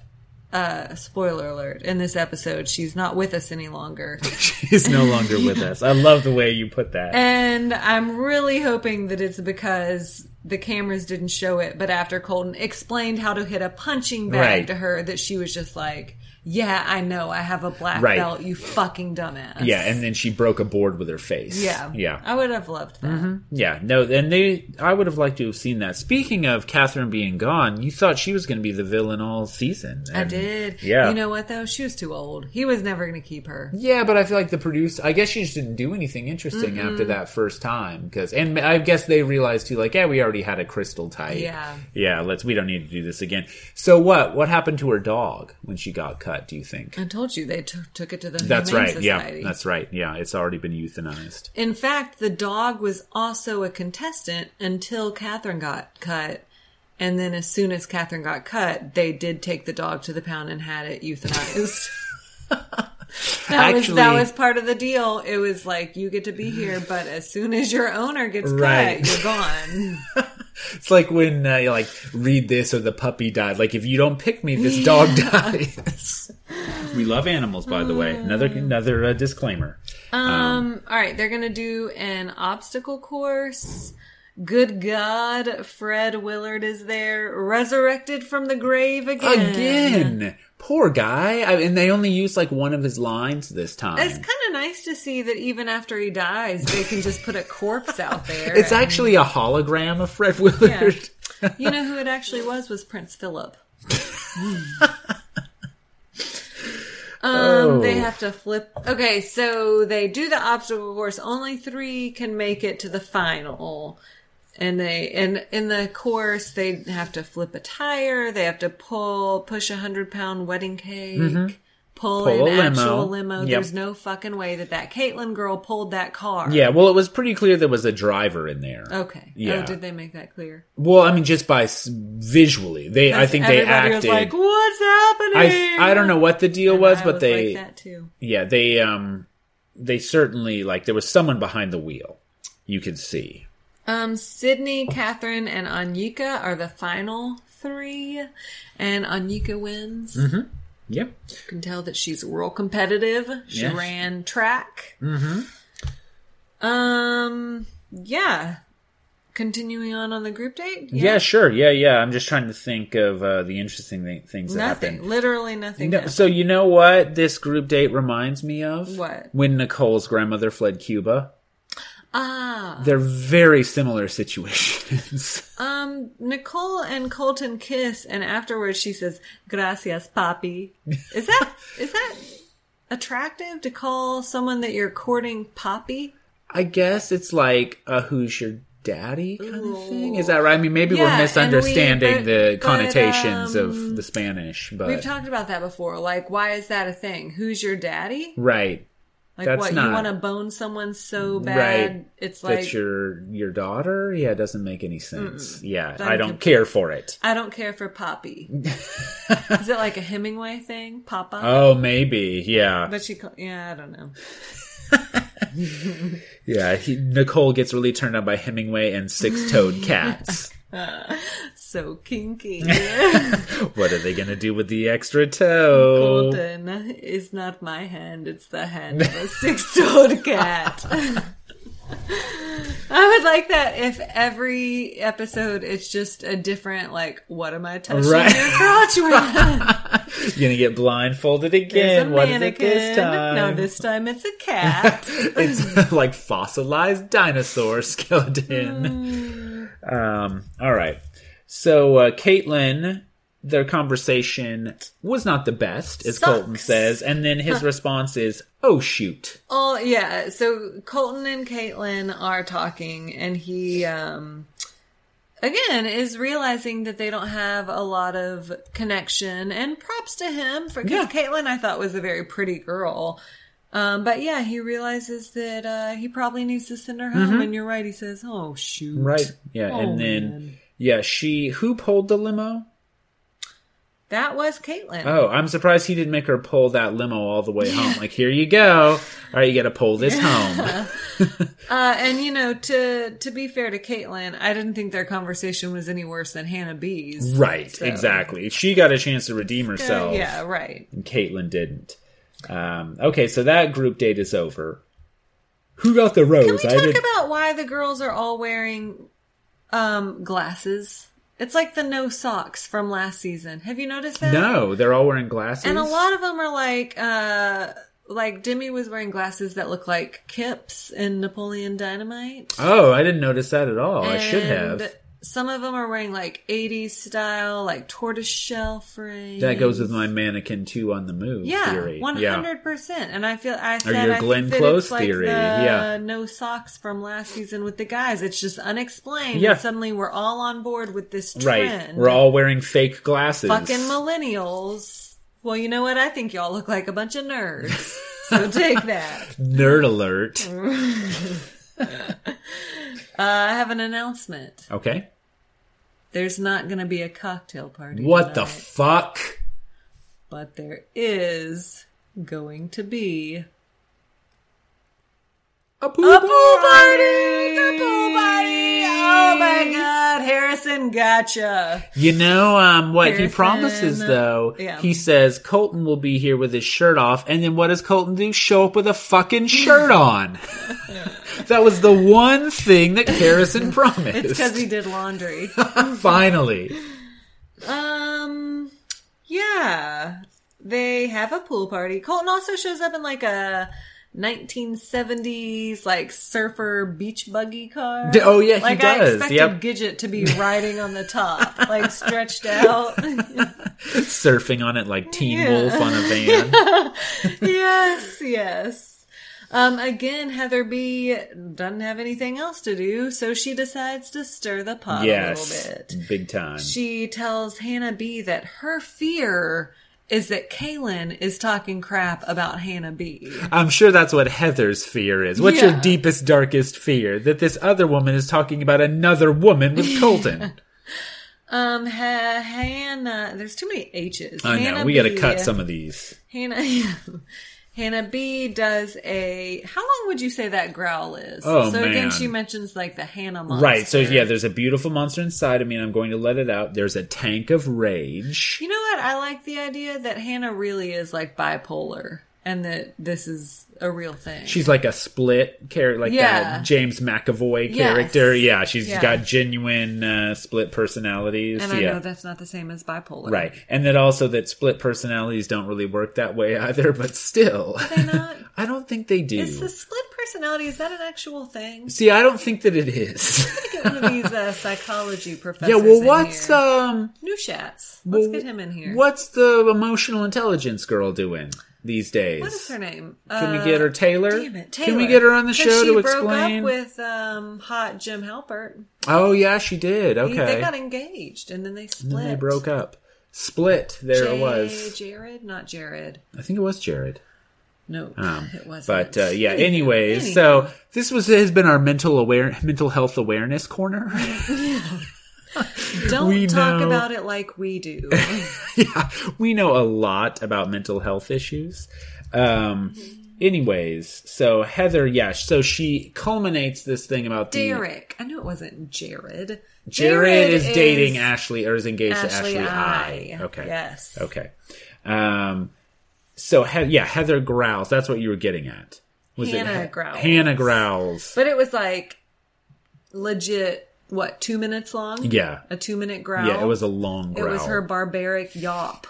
S2: Uh, spoiler alert! In this episode, she's not with us any
S1: [LAUGHS]
S2: longer,
S1: She's no longer
S2: [LAUGHS]
S1: with us. I love the way you put that.
S2: and I'm really hoping that it's because the cameras didn't show it. But after Colton explained how to hit a punching bag
S1: Right.
S2: to her, that she was just like, "Yeah, I know. I have a black
S1: Right.
S2: belt. You fucking dumbass."
S1: yeah, and then she broke a board with her face.
S2: yeah, Oh.
S1: Yeah.
S2: I would have loved that.
S1: Yeah, no, and they, I would have liked to have seen that. Speaking of Catherine being gone, you thought she was going to be the villain all season.
S2: I
S1: and-
S2: did.
S1: Yeah.
S2: You know what though? She was too old. He was never going to keep her.
S1: Yeah, but I feel like the producer, I guess she just didn't do anything interesting after that first time. Cause, and I guess they realized too, like, yeah, we already had a crystal type.
S2: Yeah.
S1: Yeah, let's, we don't need to do this again. So what, what happened to her dog when she got cut, do you think?
S2: I told you they t- took it to the
S1: That's
S2: Mm, Humane
S1: right.
S2: Society.
S1: Yeah, that's right. Yeah, it's already been euthanized.
S2: In fact, the dog was also a contestant until Catherine got cut. And then as soon as Catherine got cut, they did take the dog to the pound and had it
S1: [LAUGHS]
S2: euthanized. that, was, that
S1: Actually-
S2: was part of the deal. It was like, you get to be here, but as soon as your owner gets
S1: Right.
S2: cut, you're gone.
S1: It's like when uh, you like read this or the puppy died. Like if you don't pick me, this dog dies. [LAUGHS] we love animals, by the
S2: Oh.
S1: way. Another another uh, disclaimer.
S2: Um, all right, they're gonna do an obstacle course. Good God, Fred Willard is there, resurrected from the grave again.
S1: Again, poor guy. I, and they only used like one of his lines this time.
S2: It's kind of nice to see that even after he dies, they can just put a corpse out there.
S1: It's actually a hologram of Fred Willard.
S2: you know who it actually was was Prince Philip.
S1: Hmm.
S2: Um,
S1: Oh.
S2: they have to flip. Okay, so they do the obstacle course. Only three can make it to the final, and they and in the course they have to flip a tire. They have to pull push a hundred pound wedding cake. Pull,
S1: Mm-hmm. Pull
S2: an
S1: a limo.
S2: actual limo.
S1: Yep.
S2: There's no fucking way that that Caitlin girl pulled that
S1: [LAUGHS]
S2: car.
S1: Yeah, well, it was pretty clear there was a driver in there.
S2: Okay.
S1: Yeah.
S2: Oh, did they make that clear?
S1: Well, I mean, just by s- visually, they. I think they
S2: Everybody
S1: acted.
S2: Was like, What's happening?
S1: I I don't know what the deal
S2: And
S1: was,
S2: I
S1: but they
S2: like that too.
S1: yeah they um they certainly like there was someone behind the wheel you could see
S2: Um, Sydney, Catherine, and Anyika are the final three, and Anyika wins.
S1: Mm-hmm.
S2: You
S1: yep
S2: can tell that she's real competitive. She
S1: Yes.
S2: ran track. Mm-hmm. Um. Yeah. Continuing on on the group date.
S1: yeah, sure yeah yeah i'm just trying to think of uh, the interesting th- things that
S2: Nothing.
S1: happened
S2: Literally nothing.
S1: No,
S2: happened.
S1: so you know what this group date reminds me of
S2: What?
S1: when nicole's grandmother fled cuba
S2: ah.
S1: they're very similar situations [LAUGHS]
S2: Um, Nicole and Colton kiss, and afterwards she says, "Gracias, papi." Is that is that attractive to call someone that you're courting papi?
S1: i guess it's like a who's your daddy kind of thing is that right i mean maybe
S2: Yeah, and
S1: we're
S2: we-
S1: misunderstanding
S2: but-
S1: the
S2: but,
S1: connotations
S2: um,
S1: of the spanish but
S2: We've talked about that before. Like, why is that a thing? Who's your daddy?
S1: right
S2: Like,
S1: That's
S2: what you
S1: not-
S2: want to bone someone so bad?
S1: Right.
S2: It's like
S1: that's your your daughter yeah it doesn't make any sense yeah
S2: That
S1: i
S2: is
S1: don't
S2: a-
S1: care for it
S2: I don't care for
S1: [LAUGHS]
S2: papi. is it like a Hemingway thing, papa?
S1: oh maybe yeah
S2: but she, call- yeah, I don't know.
S1: yeah he, nicole gets really turned on by hemingway and
S2: [LAUGHS]
S1: six-toed cats
S2: So
S1: [LAUGHS]
S2: kinky.
S1: what are they gonna do with the extra toe
S2: Golden
S1: [LAUGHS]
S2: is not my hand, it's the hand of a six
S1: [LAUGHS]
S2: toed cat. I would like that if every episode it's just a different, like, what am I touching
S1: Right.
S2: your
S1: [LAUGHS]
S2: crotch with?
S1: you're gonna get blindfolded
S2: There's a
S1: again what is it
S2: mannequin.
S1: this time
S2: No, this time it's a cat.
S1: it's [LAUGHS] like fossilized dinosaur skeleton.
S2: Hmm.
S1: Um, all right. So, uh, Caitlin, their conversation was not the best, as
S2: Sucks.
S1: Colton says. And then his response is, oh, shoot.
S2: Oh yeah, so Colton and Caitlin are talking, and he um again is realizing that they don't have a lot of connection. And props to him for because Caitlin I thought was a very pretty girl. Um, but yeah, he realizes that uh, he probably needs to send her home, and you're right. He says, "Oh shoot!"
S1: Mm-hmm. Right. Yeah.
S2: Oh,
S1: and then,
S2: man.
S1: yeah, she, who pulled the limo?
S2: That was Caitlin.
S1: Oh, I'm surprised he didn't make her pull that limo all the way home. Like, here you go. All right, you got to pull this
S2: [LAUGHS]
S1: home.
S2: Uh, and you know, to to be fair to Caitlin, I didn't think their conversation was any worse than Hannah B's.
S1: right,
S2: So-
S1: exactly. She got a chance to redeem
S2: Uh,
S1: herself.
S2: yeah, right.
S1: And Caitlin didn't. Um, okay, so that group date is over. Who got the rose?
S2: Can we
S1: I
S2: talk
S1: did-
S2: about why the girls are all wearing um, glasses? It's like the no socks from last season. Have you noticed that?
S1: No, they're all wearing glasses.
S2: And a lot of them are like, uh, like Demi was wearing glasses that look like Kips in Napoleon Dynamite.
S1: Oh, I didn't notice that at all. Oh, I should
S2: And
S1: have.
S2: Some of them are wearing like 80s style, like tortoiseshell frames.
S1: That goes with my mannequin two on the move
S2: yeah,
S1: theory.
S2: one
S1: Yeah.
S2: hundred percent. And I feel I said
S1: your
S2: I
S1: Glenn
S2: think that
S1: Close
S2: it's like
S1: theory,
S2: the
S1: yeah.
S2: no socks from last season with the guys. It's just unexplained.
S1: Yeah.
S2: And suddenly we're all on board with this trend.
S1: Right. We're all wearing fake glasses.
S2: fucking millennials. Well, you know what? I think y'all look like a bunch
S1: [LAUGHS]
S2: of nerds. So take that.
S1: Nerd alert.
S2: Mm-hmm. Uh, I have an announcement.
S1: Okay.
S2: There's not going to be a cocktail party.
S1: What the
S2: tonight,
S1: fuck?
S2: but there is going to be
S1: A poo,
S2: a pool party. The pool party. Oh my god, Harrison, gotcha.
S1: You know um, what he
S2: Harrison, uh,
S1: promises, though?
S2: yeah.
S1: He says Colton will be here with his shirt off, and then what does Colton do? Show up with a fucking shirt
S2: [LAUGHS]
S1: on. [LAUGHS] that was the one thing that Harrison promised.
S2: It's
S1: [LAUGHS]
S2: because he did laundry.
S1: Finally.
S2: Um, yeah, they have a pool party. Colton also shows up in like a 1970s like surfer beach buggy car.
S1: D- oh, yeah, he
S2: like I
S1: does.
S2: expected
S1: Yep.
S2: Gidget to be riding on the top, like
S1: [LAUGHS]
S2: stretched out.
S1: Surfing on it like Teen Wolf on a
S2: [LAUGHS]
S1: van.
S2: yes, yes. Um, again, Heather B doesn't have anything else to do, so she decides to stir the pot
S1: yes.
S2: a little bit.
S1: Big time.
S2: She tells Hannah B that her fear is that Kaylin is talking crap about Hannah B.
S1: I'm sure that's what Heather's fear is. What's your
S2: Yeah.
S1: deepest, darkest fear? That this other woman is talking about another woman with
S2: [LAUGHS]
S1: Colton.
S2: Um, ha- Hannah, there's too many H's.
S1: I know.
S2: Hannah
S1: We got to
S2: B-
S1: cut some of these.
S2: Hannah. [LAUGHS] Hannah B does a. How long would you say that growl is?
S1: Oh,
S2: so
S1: man.
S2: again, she mentions like the Hannah monster.
S1: Right. So yeah, there's a beautiful monster inside of me, and I'm going to let it out. There's a tank of rage.
S2: You know what? I like the idea that Hannah really is like bipolar, and that this is a real thing.
S1: She's like a split character, like
S2: Yeah.
S1: that James McAvoy
S2: Yes.
S1: character. Yeah, she's
S2: Yeah.
S1: got genuine uh, split personalities.
S2: and I
S1: yeah.
S2: know that's not the same as bipolar,
S1: Right. And that also that split personalities don't really work that way either, but still.
S2: They not.
S1: [LAUGHS] I don't think they do.
S2: Is the split personality is that an actual thing?
S1: See, I don't think that it is.
S2: Get one of these uh, psychology
S1: [LAUGHS]
S2: professors.
S1: yeah, well
S2: in
S1: what's
S2: here.
S1: um
S2: Neuschatz? Let's
S1: well,
S2: get him in here.
S1: What's the emotional intelligence girl doing these days?
S2: What is her name? Uh,
S1: Can we get her Taylor?
S2: Damn it, Taylor.
S1: Can we get her on the
S2: 'Cause
S1: show
S2: she
S1: to
S2: broke
S1: explain?
S2: up with um, hot Jim Halpert.
S1: oh yeah, she did.
S2: He-
S1: Okay.
S2: They got engaged and then they
S1: and
S2: split.
S1: then they broke up. Split. There
S2: Jay-
S1: it was.
S2: Jared, not Jared.
S1: I think it was Jared.
S2: No, Um, it wasn't.
S1: But uh, yeah. Anyways, so this was has been our mental aware mental health awareness corner. [LAUGHS]
S2: don't
S1: we
S2: talk
S1: know-
S2: about it like
S1: [LAUGHS]
S2: we do.
S1: yeah, we know a lot about mental health issues. Um, anyways, so Heather, yeah, so she culminates this thing about the-
S2: Derek. I knew it wasn't Jared.
S1: Jared, is, dating
S2: Ashley.
S1: Ashley or is engaged
S2: Ashley
S1: to Ashley I.
S2: I.
S1: Okay.
S2: Yes.
S1: Okay. Um, so he- yeah, Heather growls. That's what you were getting at. Was
S2: Hannah
S1: He-
S2: growls.
S1: Hannah growls.
S2: But it was like legit, what, two minutes long?
S1: Yeah.
S2: A two minute growl?
S1: Yeah, it was a long growl.
S2: It was her barbaric yawp.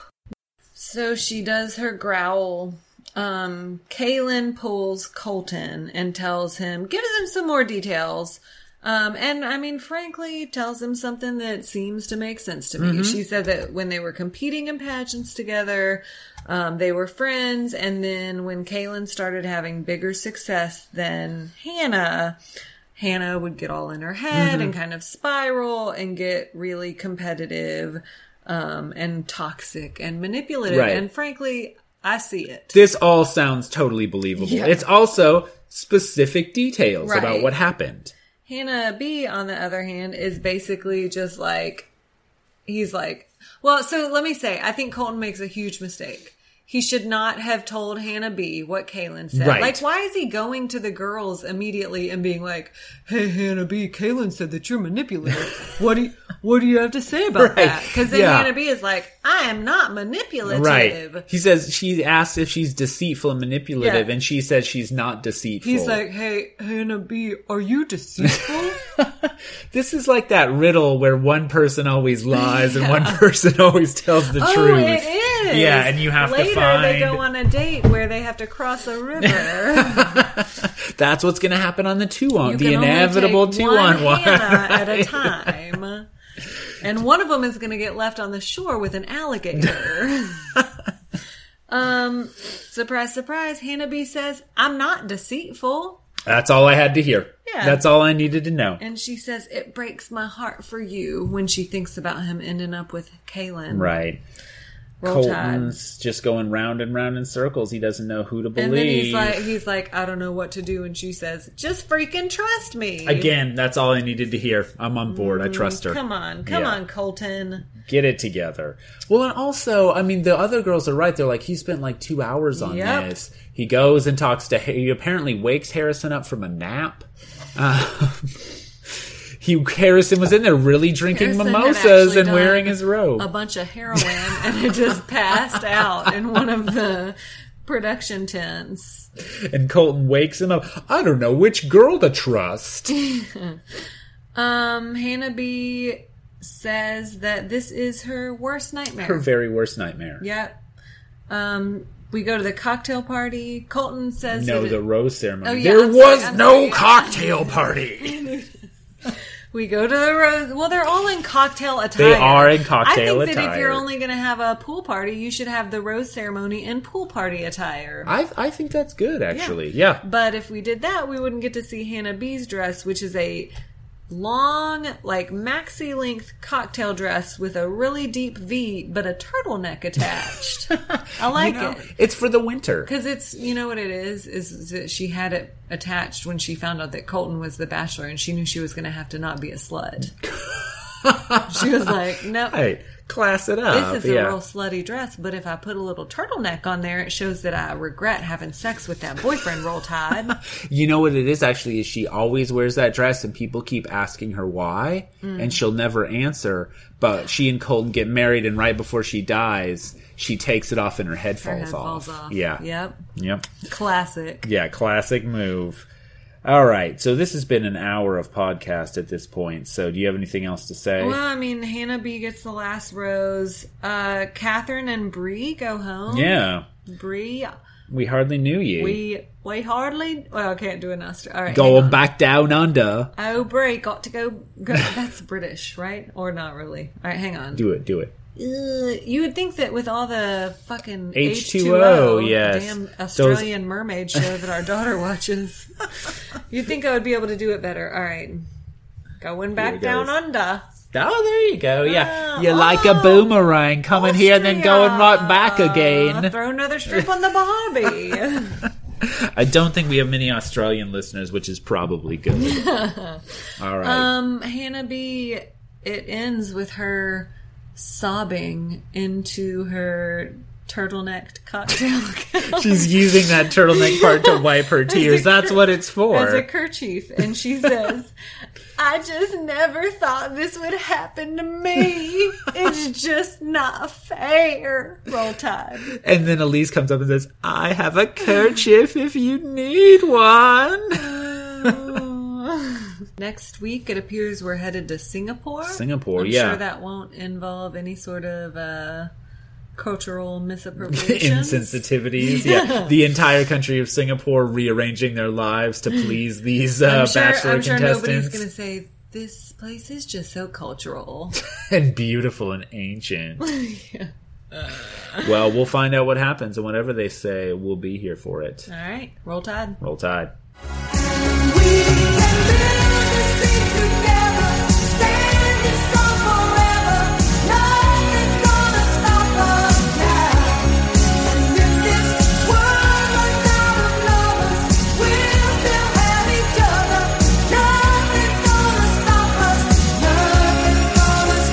S2: So she does her growl. Um, Kaylin pulls Colton and tells him, gives him some more details. Um, and I mean, frankly, tells him something that seems to make sense to me. She said that when they were competing in pageants together, um, they were friends. And then when Kaylin started having bigger success than Hannah, Hannah would get all in her head and kind of spiral and get really competitive um, and toxic and manipulative.
S1: Right.
S2: And frankly, I see it.
S1: this all sounds totally believable. It's also specific details
S2: Right.
S1: about what happened.
S2: Hannah B, on the other hand, is basically just like, he's like, Well, so let me say, I think Colton makes a huge mistake. He should not have told Hannah B what Kaylin said.
S1: Right.
S2: Like, why is he going to the girls immediately and being like, "Hey, Hannah B, Kaylin said that you're manipulative.
S1: [LAUGHS]
S2: what do you, what do you have to say about
S1: Right.
S2: that?" Because then
S1: Yeah.
S2: Hannah B is like, "I am not manipulative."
S1: Right. He says she asked if she's deceitful and manipulative,
S2: Yeah.
S1: and she says she's not deceitful.
S2: He's like, "Hey, Hannah B, are
S1: [LAUGHS]
S2: you deceitful?"
S1: this is like that riddle where one person always lies and
S2: [LAUGHS]
S1: one person always tells the
S2: Oh,
S1: truth.
S2: it is.
S1: Yeah, and you have to
S2: later they
S1: find-
S2: go on a date where they have to cross a
S1: [LAUGHS]
S2: river.
S1: [LAUGHS] That's what's going to happen on the two on
S2: You
S1: the
S2: can only
S1: inevitable
S2: take
S1: two on one.
S2: Hannah
S1: [LAUGHS]
S2: at a time. And one of them is going to get left on the shore with
S1: [LAUGHS]
S2: an alligator. um, surprise, surprise. Hannah B says, "I'm not deceitful,"
S1: That's all I had to hear.
S2: Yeah.
S1: That's all I needed to know.
S2: and she says, "It breaks my heart for you" when she thinks about him ending up with Kaylin.
S1: Right.
S2: Roll Tide.
S1: Colton's just going round and round in circles. He doesn't know who to believe.
S2: And then he's like, he's like, I don't know what to do, and she says, "Just freaking trust me."
S1: Again, that's all I needed to hear. I'm on board. I trust her.
S2: Mm, Come on, come
S1: Yeah.
S2: on, Colton.
S1: Get it together. Well, and also, I mean, the other girls are right. They're like, he spent like two hours on
S2: Yep.
S1: this. He goes and talks to. He apparently wakes Harrison up from a nap. Uh, [LAUGHS] he Harrison was in there really drinking
S2: Harrison had
S1: mimosas
S2: actually
S1: and wearing
S2: done
S1: his robe.
S2: a bunch of heroin and it just passed out in one of the production tents.
S1: and Colton wakes him up. I don't know which girl to
S2: [LAUGHS]
S1: trust.
S2: Um, Hannah B says that this is her worst nightmare.
S1: Her very worst nightmare.
S2: yep. Um, we go to the cocktail party. Colton says
S1: No,
S2: that
S1: the
S2: it-
S1: rose ceremony.
S2: Oh, yeah,
S1: there
S2: I'm sorry,
S1: was
S2: I'm
S1: no
S2: sorry.
S1: cocktail party.
S2: [LAUGHS] we go to the rose. Well, they're all in cocktail attire.
S1: are in cocktail
S2: I think that if
S1: attire.
S2: you're only going to have a pool party, you should have the rose ceremony in pool party attire.
S1: I I think that's good actually. Yeah.
S2: But if we did that, we wouldn't get to see Hannah B's dress, which is a long, like maxi length cocktail dress with a really deep V, but a turtleneck attached.
S1: [LAUGHS]
S2: I like
S1: You know,
S2: it.
S1: it's for the winter.
S2: Because it's, you know what it is? Is that she had it attached when she found out that Colton was the bachelor and she knew she was going to have to not be
S1: [LAUGHS]
S2: a slut. she was like, no.
S1: Right. Class it up.
S2: This is
S1: uh, yeah.
S2: a real slutty dress, but if I put a little turtleneck on there, it shows that I regret having sex with that boyfriend,
S1: [LAUGHS]
S2: Roll Tide.
S1: You know what it is actually is she always wears that dress and people keep asking her why
S2: Hmm.
S1: and she'll never answer. But she and Colton get married and right before she dies, she takes it off and her head falls,
S2: Her head
S1: off.
S2: falls off.
S1: Yeah.
S2: Yep.
S1: Yep.
S2: Classic.
S1: Yeah, classic move. All right. So this has been an hour of podcast at this point. So do you have anything else to say?
S2: Well, I mean, Hannah B gets the last rose. Uh, Catherine and Bree go home.
S1: yeah.
S2: Bree,
S1: We hardly knew you.
S2: we we hardly. Well, I can't do an Australian. All right. hang
S1: Going
S2: on.
S1: back down under.
S2: Oh, Bree got to go.
S1: [LAUGHS]
S2: go that's British, right? Or not really? All right, hang on.
S1: Do it, do it.
S2: Ugh, you would think that with all the fucking
S1: H2O,
S2: H2O,
S1: yes.
S2: damn
S1: Those-
S2: Australian mermaid show that our daughter watches, [LAUGHS] you'd think I would be able to do it better. All right, going
S1: Here
S2: back
S1: it
S2: down
S1: goes.
S2: under.
S1: Oh, there you go. Yeah.
S2: Ah,
S1: You're like a
S2: oh,
S1: boomerang coming here and then going right back
S2: Uh,
S1: again.
S2: throw another strip on the
S1: [LAUGHS]
S2: Bobby.
S1: I don't think we have many Australian listeners, which is probably
S2: [LAUGHS]
S1: good. All right.
S2: um, Hannah B. It ends with her sobbing into her turtlenecked cocktail [LAUGHS]
S1: [LAUGHS]
S2: gown
S1: She's using that turtleneck part to wipe her tears. That's what it's
S2: as a
S1: for.
S2: kerchief, and [LAUGHS] she says, "I just never thought this would happen to me. It's just not fair." Roll Tide.
S1: And then Elise comes up and says, I have a kerchief if you need one.
S2: [SIGHS] Next week, it appears we're headed to Singapore.
S1: Singapore,
S2: I'm
S1: yeah.
S2: Sure, that won't involve any sort of uh, cultural
S1: [LAUGHS]
S2: misappropriation.
S1: Insensitivities.
S2: [LAUGHS]
S1: Yeah. The entire country of Singapore rearranging their lives to please these uh,
S2: I'm sure,
S1: bachelor
S2: I'm sure nobody's
S1: contestants.
S2: going to say this place is just so cultural.
S1: and beautiful and ancient. well, we'll find out what happens, and whatever they say, we'll be here for it.
S2: All right, roll tide.
S1: Roll Tide.
S6: We can build this thing together, standing strong forever. Nothing's gonna stop us now. And if this world runs out of lovers, we'll still have each other. Nothing's gonna stop us. Nothing's gonna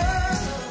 S6: stop us now.